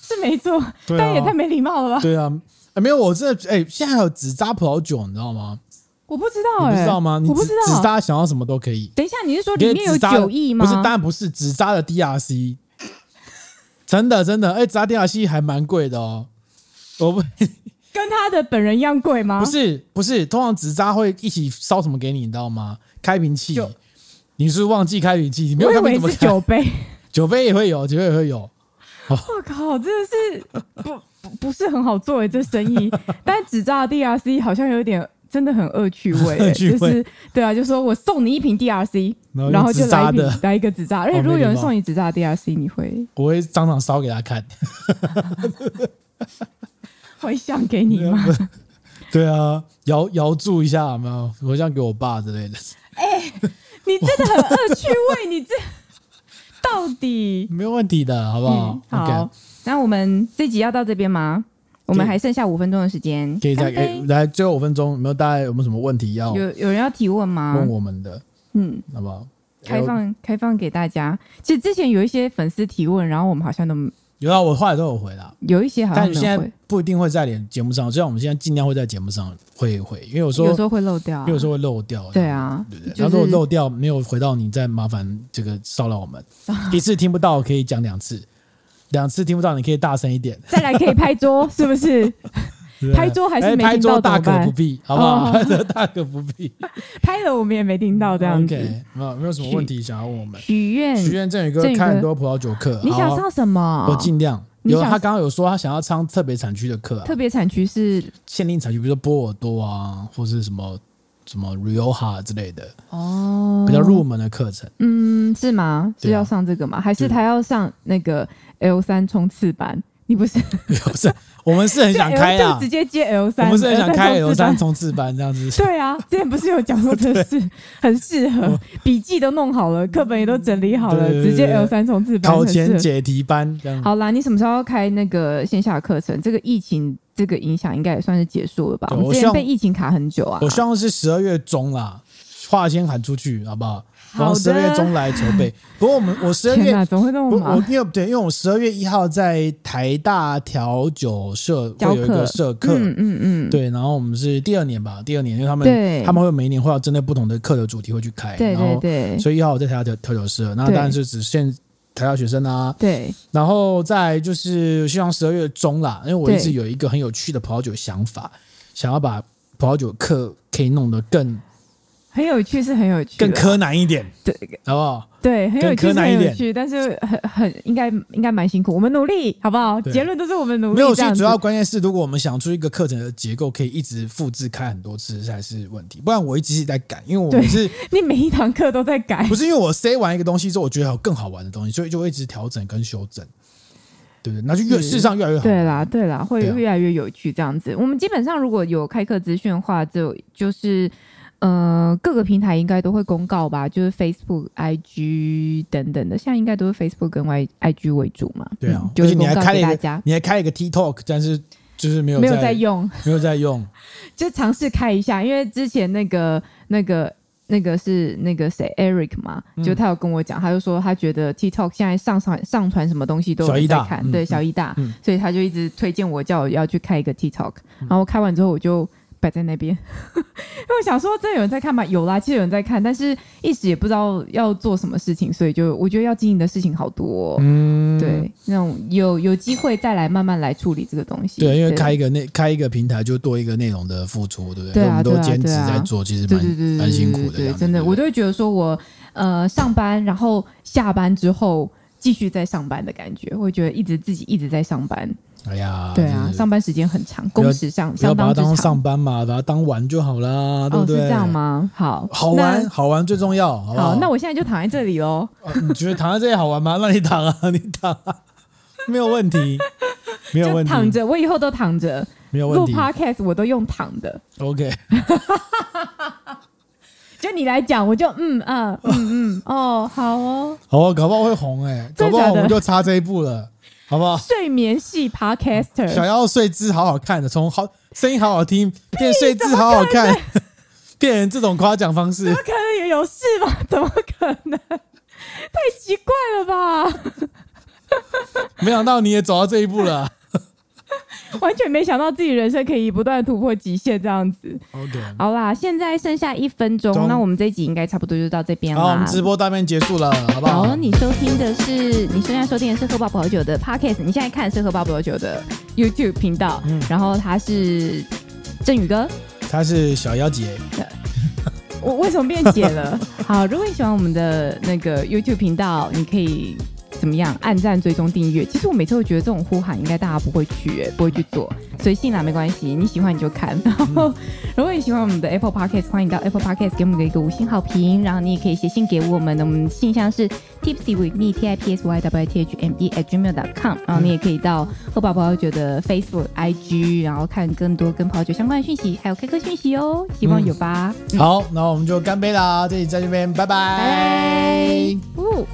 Speaker 1: 是没错，
Speaker 2: 对啊
Speaker 1: 但也太没礼貌了吧？
Speaker 2: 对啊，哎没有，我真的哎、现在还有紫砂葡萄酒，你知道吗？
Speaker 1: 我不知道，
Speaker 2: 你不
Speaker 1: 哎，
Speaker 2: 知道吗？你
Speaker 1: 我不
Speaker 2: 紫
Speaker 1: 知
Speaker 2: 紫
Speaker 1: 道。
Speaker 2: 砂想要什么都可以。
Speaker 1: 等一下，你是说
Speaker 2: 因为
Speaker 1: 里面有
Speaker 2: 紫砂的
Speaker 1: 九亿吗？
Speaker 2: 不是，当然不是，紫砂的 DRC，真的真的，哎、紫砂 DRC 还蛮贵的哦。我不
Speaker 1: 啊跟他的本人一样贵吗？
Speaker 2: 不是不是，通常紫砂会一起烧什么给你，你知道吗？开瓶器
Speaker 1: 酒，
Speaker 2: 你是不是忘记开瓶器，你没有
Speaker 1: 我以
Speaker 2: 开瓶
Speaker 1: 为
Speaker 2: 怎么
Speaker 1: 是
Speaker 2: 开？
Speaker 1: 酒杯。
Speaker 2: 酒杯也会有，酒杯也会有。
Speaker 1: 我靠，，Oh 真的是不不不是很好做哎，这生意。但纸扎的 DRC 好像有点真的很恶趣味欸，
Speaker 2: 恶趣味
Speaker 1: 就是对啊，就说我送你一瓶 DRC，
Speaker 2: 然后
Speaker 1: 然后
Speaker 2: 就
Speaker 1: 就来
Speaker 2: 纸扎
Speaker 1: 一瓶
Speaker 2: 的
Speaker 1: 来一个纸 扎，而且
Speaker 2: 哦
Speaker 1: 如果有
Speaker 2: 没
Speaker 1: 人
Speaker 2: 礼貌
Speaker 1: 送你纸扎的 DRC，你会
Speaker 2: 我会当场烧给他看。
Speaker 1: 会想给
Speaker 2: 啊
Speaker 1: 你吗？
Speaker 2: 对啊，摇摇注一下，有没有？我像给我爸之类的。
Speaker 1: 你真的很恶趣味，你这到 底
Speaker 2: 没有问题的，好不好
Speaker 1: 嗯？好
Speaker 2: OK，
Speaker 1: 那我们这集要到这边吗？我们还剩下五分钟的时间，
Speaker 2: 可以再
Speaker 1: 干杯
Speaker 2: 给来最后五分钟，有没有大家有没有什么问题要
Speaker 1: 有有人要提问吗？
Speaker 2: 问我们的？
Speaker 1: 嗯，
Speaker 2: 好不好？
Speaker 1: 开放开放给大家。其实之前有一些粉丝提问，然后我们好像都
Speaker 2: 有啊，我后来都有回答，
Speaker 1: 有一些好像
Speaker 2: 但
Speaker 1: 没
Speaker 2: 现
Speaker 1: 有
Speaker 2: 在
Speaker 1: 会，
Speaker 2: 不一定会在连节目上，虽然我们现在尽量会在节目上会回，因为有时候
Speaker 1: 有时候会漏掉啊、
Speaker 2: 因为有时候会漏掉，
Speaker 1: 对啊
Speaker 2: 对不对？
Speaker 1: 就是
Speaker 2: 然后如果漏掉没有回到你，再麻烦这个骚扰我们，一次听不到可以讲两次，两次听不到你可以大声一点，
Speaker 1: 再来可以拍桌，是不是？
Speaker 2: 对不对
Speaker 1: 拍桌还是
Speaker 2: 哎
Speaker 1: 没
Speaker 2: 拍
Speaker 1: 听到
Speaker 2: 桌大
Speaker 1: 怎么
Speaker 2: 可
Speaker 1: 办
Speaker 2: 不必，好不好？拍桌大可不必，
Speaker 1: 拍了我们也没听 到这样子。
Speaker 2: 嗯 OK，没有没有什么问题想要问我们。
Speaker 1: 许愿，
Speaker 2: 许愿振宇哥
Speaker 1: 振宇哥
Speaker 2: 开很多葡萄酒课，
Speaker 1: 你想
Speaker 2: 好啊
Speaker 1: 上什么？
Speaker 2: 我尽量。
Speaker 1: 你
Speaker 2: 有
Speaker 1: 想
Speaker 2: 他刚刚有说他想要上特别产区的课啊，
Speaker 1: 特别产区是
Speaker 2: 限定产区，比如说波尔多啊，或是什么什么 Rioja 之类的
Speaker 1: 哦，
Speaker 2: 比较入门的课程。
Speaker 1: 嗯，是吗？是
Speaker 2: 对啊
Speaker 1: 要上这个吗？还是
Speaker 2: 对
Speaker 1: 他要上那个 L 三冲刺班？你不是
Speaker 2: 不是，我们是很想 开
Speaker 1: 就
Speaker 2: 啊
Speaker 1: 就直，接接 L
Speaker 2: 我
Speaker 1: 三，
Speaker 2: 们是很想开 L
Speaker 1: 三
Speaker 2: 三冲刺班这 样子。
Speaker 1: 对啊，之前不是有讲过这 个事，很适合，笔记都弄好了，课本也都整理好了，
Speaker 2: 哦嗯对对对
Speaker 1: 直接 L 三重置 版
Speaker 2: 考
Speaker 1: 很适
Speaker 2: 前
Speaker 1: 合。
Speaker 2: 解题班这样，
Speaker 1: 好啦，你什么时候要开那个线下课程？这个疫情这个影响应该也算是结束了吧？
Speaker 2: 对
Speaker 1: 我们
Speaker 2: 我
Speaker 1: 之
Speaker 2: 希
Speaker 1: 前
Speaker 2: 望
Speaker 1: 被疫情卡很久啊。
Speaker 2: 我希望是十二月中啦，话先喊出去好不好？然
Speaker 1: 好
Speaker 2: 后
Speaker 1: 的
Speaker 2: 十二月中来筹 备。不过我们我十二
Speaker 1: 天
Speaker 2: 月
Speaker 1: 哪，怎么会那
Speaker 2: 不，
Speaker 1: 么
Speaker 2: 我
Speaker 1: 忙？
Speaker 2: 因为对，因为我十二月一号在台大调酒社
Speaker 1: 教
Speaker 2: 会有一
Speaker 1: 课
Speaker 2: 个社课，
Speaker 1: 嗯嗯嗯，
Speaker 2: 对，然后我们是第二年吧，第二年，因为他
Speaker 1: 对
Speaker 2: 们他们会每一年会要针对不同的课的主题会去开，
Speaker 1: 对
Speaker 2: 然
Speaker 1: 对
Speaker 2: 后
Speaker 1: 对
Speaker 2: 所以一号我在台大调调酒社，那
Speaker 1: 对
Speaker 2: 当然就只限台大学生啊，
Speaker 1: 对，
Speaker 2: 然后再就是希望十二月中啦，因为我
Speaker 1: 对
Speaker 2: 一直有一个很有趣的葡萄酒想法，想要把葡萄酒课可以弄得更
Speaker 1: 很有趣是很有趣，
Speaker 2: 更柯南一点，
Speaker 1: 对
Speaker 2: 好不好？
Speaker 1: 对，很有
Speaker 2: 更
Speaker 1: 趣
Speaker 2: 柯
Speaker 1: 是
Speaker 2: 南一
Speaker 1: 很有
Speaker 2: 点
Speaker 1: 趣，但是很很应该应该蛮辛苦，我们努力好不好？
Speaker 2: 对
Speaker 1: 结论都是我们努力，
Speaker 2: 没有，
Speaker 1: 这
Speaker 2: 所
Speaker 1: 样
Speaker 2: 以
Speaker 1: 子
Speaker 2: 主要关键是，如果我们想出一个课程的结构，可以一直复制开很多次才是问题。不然我一直在改，因为我们
Speaker 1: 对
Speaker 2: 是
Speaker 1: 你每一堂课都在改
Speaker 2: 不，是因为我塞完一个东西之后，我觉得还有更好玩的东西，所以就会一直调整跟修正，对不对？那就越
Speaker 1: 是
Speaker 2: 事实上越来越好。
Speaker 1: 对啦，对啦，会
Speaker 2: 对啊
Speaker 1: 越来越有趣这样子。我们基本上如果有开课资讯的话，就就是呃各个平台应该都会公告吧，就是 Facebook、IG 等等的，现在应该都是 Facebook 跟 Y IG 为主嘛。
Speaker 2: 对啊
Speaker 1: 嗯，就
Speaker 2: 而
Speaker 1: 是
Speaker 2: 且你
Speaker 1: 公
Speaker 2: 还
Speaker 1: 告
Speaker 2: 开了
Speaker 1: 给
Speaker 2: 一
Speaker 1: 大
Speaker 2: 个
Speaker 1: 家，。
Speaker 2: 你还开了一个 TikTok，但是就是没有
Speaker 1: 没有在
Speaker 2: 在
Speaker 1: 用，
Speaker 2: 没有在用，
Speaker 1: 就尝试开一下，因为之前那个那个。那个是那个谁 Eric 嘛，
Speaker 2: 嗯
Speaker 1: 就他有跟我讲，他就说他觉得 TikTok 现在上传上传什么东西都有
Speaker 2: 小
Speaker 1: 人
Speaker 2: 一
Speaker 1: 在
Speaker 2: 大
Speaker 1: 看，
Speaker 2: 嗯
Speaker 1: 对
Speaker 2: 嗯
Speaker 1: 小一大，
Speaker 2: 嗯
Speaker 1: 所以他就一直推荐我叫我要去开一个 TikTok，、然后开完之后我就摆在那边， 因为我想说真的有人在看吗？有啦，其实有人在看，但是一时也不知道要做什么事情，所以就我觉得要经营的事情好多、哦，
Speaker 2: 嗯，
Speaker 1: 对，那种有有机会再来慢慢来处理这个东西，
Speaker 2: 对，因为开一个内开一个平台就多一个内容的付出，对不对？
Speaker 1: 对啊
Speaker 2: 我们都
Speaker 1: 对啊
Speaker 2: 兼职
Speaker 1: 对啊
Speaker 2: 在做，其实
Speaker 1: 对对
Speaker 2: 蛮
Speaker 1: 对，
Speaker 2: 蛮辛苦的这
Speaker 1: 对，
Speaker 2: 样子，
Speaker 1: 真的，
Speaker 2: 对不
Speaker 1: 我
Speaker 2: 对
Speaker 1: 都会觉得说我呃上班，然后下班之后继续在上班的感觉，会觉得一直自己一直在上班。
Speaker 2: 哎呀，
Speaker 1: 对
Speaker 2: 真
Speaker 1: 啊
Speaker 2: 的，是
Speaker 1: 上班时间很长，
Speaker 2: 要
Speaker 1: 工时上
Speaker 2: 不要
Speaker 1: 相
Speaker 2: 把它
Speaker 1: 当之
Speaker 2: 当
Speaker 1: 长
Speaker 2: 上。班嘛，把它当玩就好啦，对
Speaker 1: 哦，
Speaker 2: 不
Speaker 1: 是
Speaker 2: 对？
Speaker 1: 这样？吗？好，
Speaker 2: 好玩，。好玩最重要，好不
Speaker 1: 好，那
Speaker 2: 我、
Speaker 1: 我现在就躺在这里喽。
Speaker 2: 呃你觉得躺在这里好玩吗？那你 躺啊，你躺啊，没有问题，没有
Speaker 1: 就
Speaker 2: 问题。
Speaker 1: 躺着，我以后都躺着。
Speaker 2: 没有问
Speaker 1: 录
Speaker 2: 题。
Speaker 1: podcast 我都用躺的，
Speaker 2: OK，
Speaker 1: 就你来讲，我就嗯啊嗯嗯哦好哦，
Speaker 2: 哦，搞不好会红哎、
Speaker 1: 真
Speaker 2: 搞
Speaker 1: 的
Speaker 2: 不好我
Speaker 1: 假
Speaker 2: 们
Speaker 1: 的
Speaker 2: 就差这一步了，好不好？
Speaker 1: 睡眠系
Speaker 2: 想
Speaker 1: podcaster，
Speaker 2: 要睡姿好好看的，从好声音好好听变睡姿好好看， 变成这种夸奖方式
Speaker 1: 怎么，可能有事吗？怎么可能？太奇怪了吧！
Speaker 2: 没想到你也走到这一步了。
Speaker 1: 完全没想到自己人生可以不断地突破极限这样子。
Speaker 2: OK，
Speaker 1: 好啦，现在剩下一分钟
Speaker 2: 中，
Speaker 1: 那我们这一集应该差不多就到这边
Speaker 2: 好，我
Speaker 1: 啦
Speaker 2: 们。直播到这边结束了，好不
Speaker 1: 好，啊
Speaker 2: 好？
Speaker 1: 你收听的是你现在收听的是喝爆葡萄酒的 podcast，你现在看的是喝爆葡萄酒的 YouTube 频道，
Speaker 2: 嗯
Speaker 1: 然后他是振宇哥，
Speaker 2: 他是小妖姐，
Speaker 1: 我为什么变解了？好，如果你喜欢我们的那个 YouTube 频道，你可以怎么样？按赞、追踪、订阅。其实我每次都觉得这种呼喊应该大家不会去、欸，不会去做，随性啦，没关系，你喜欢你就看。然后， 如果你喜欢我们的 Apple Podcast，欢迎到 Apple Podcast 给我们一个五星好评，然后你也可以写信给我们，我们信箱是 tipsy with me e t i p s y w i t h m e at gmail dot com，然后你也可以到喝宝宝酒的 Facebook、IG，然后看更多跟泡酒相关的讯息，还有 K 歌讯息哦，希望有吧。
Speaker 2: 好，那我们就干杯啦！这里在这边，拜拜。
Speaker 1: 拜拜。哦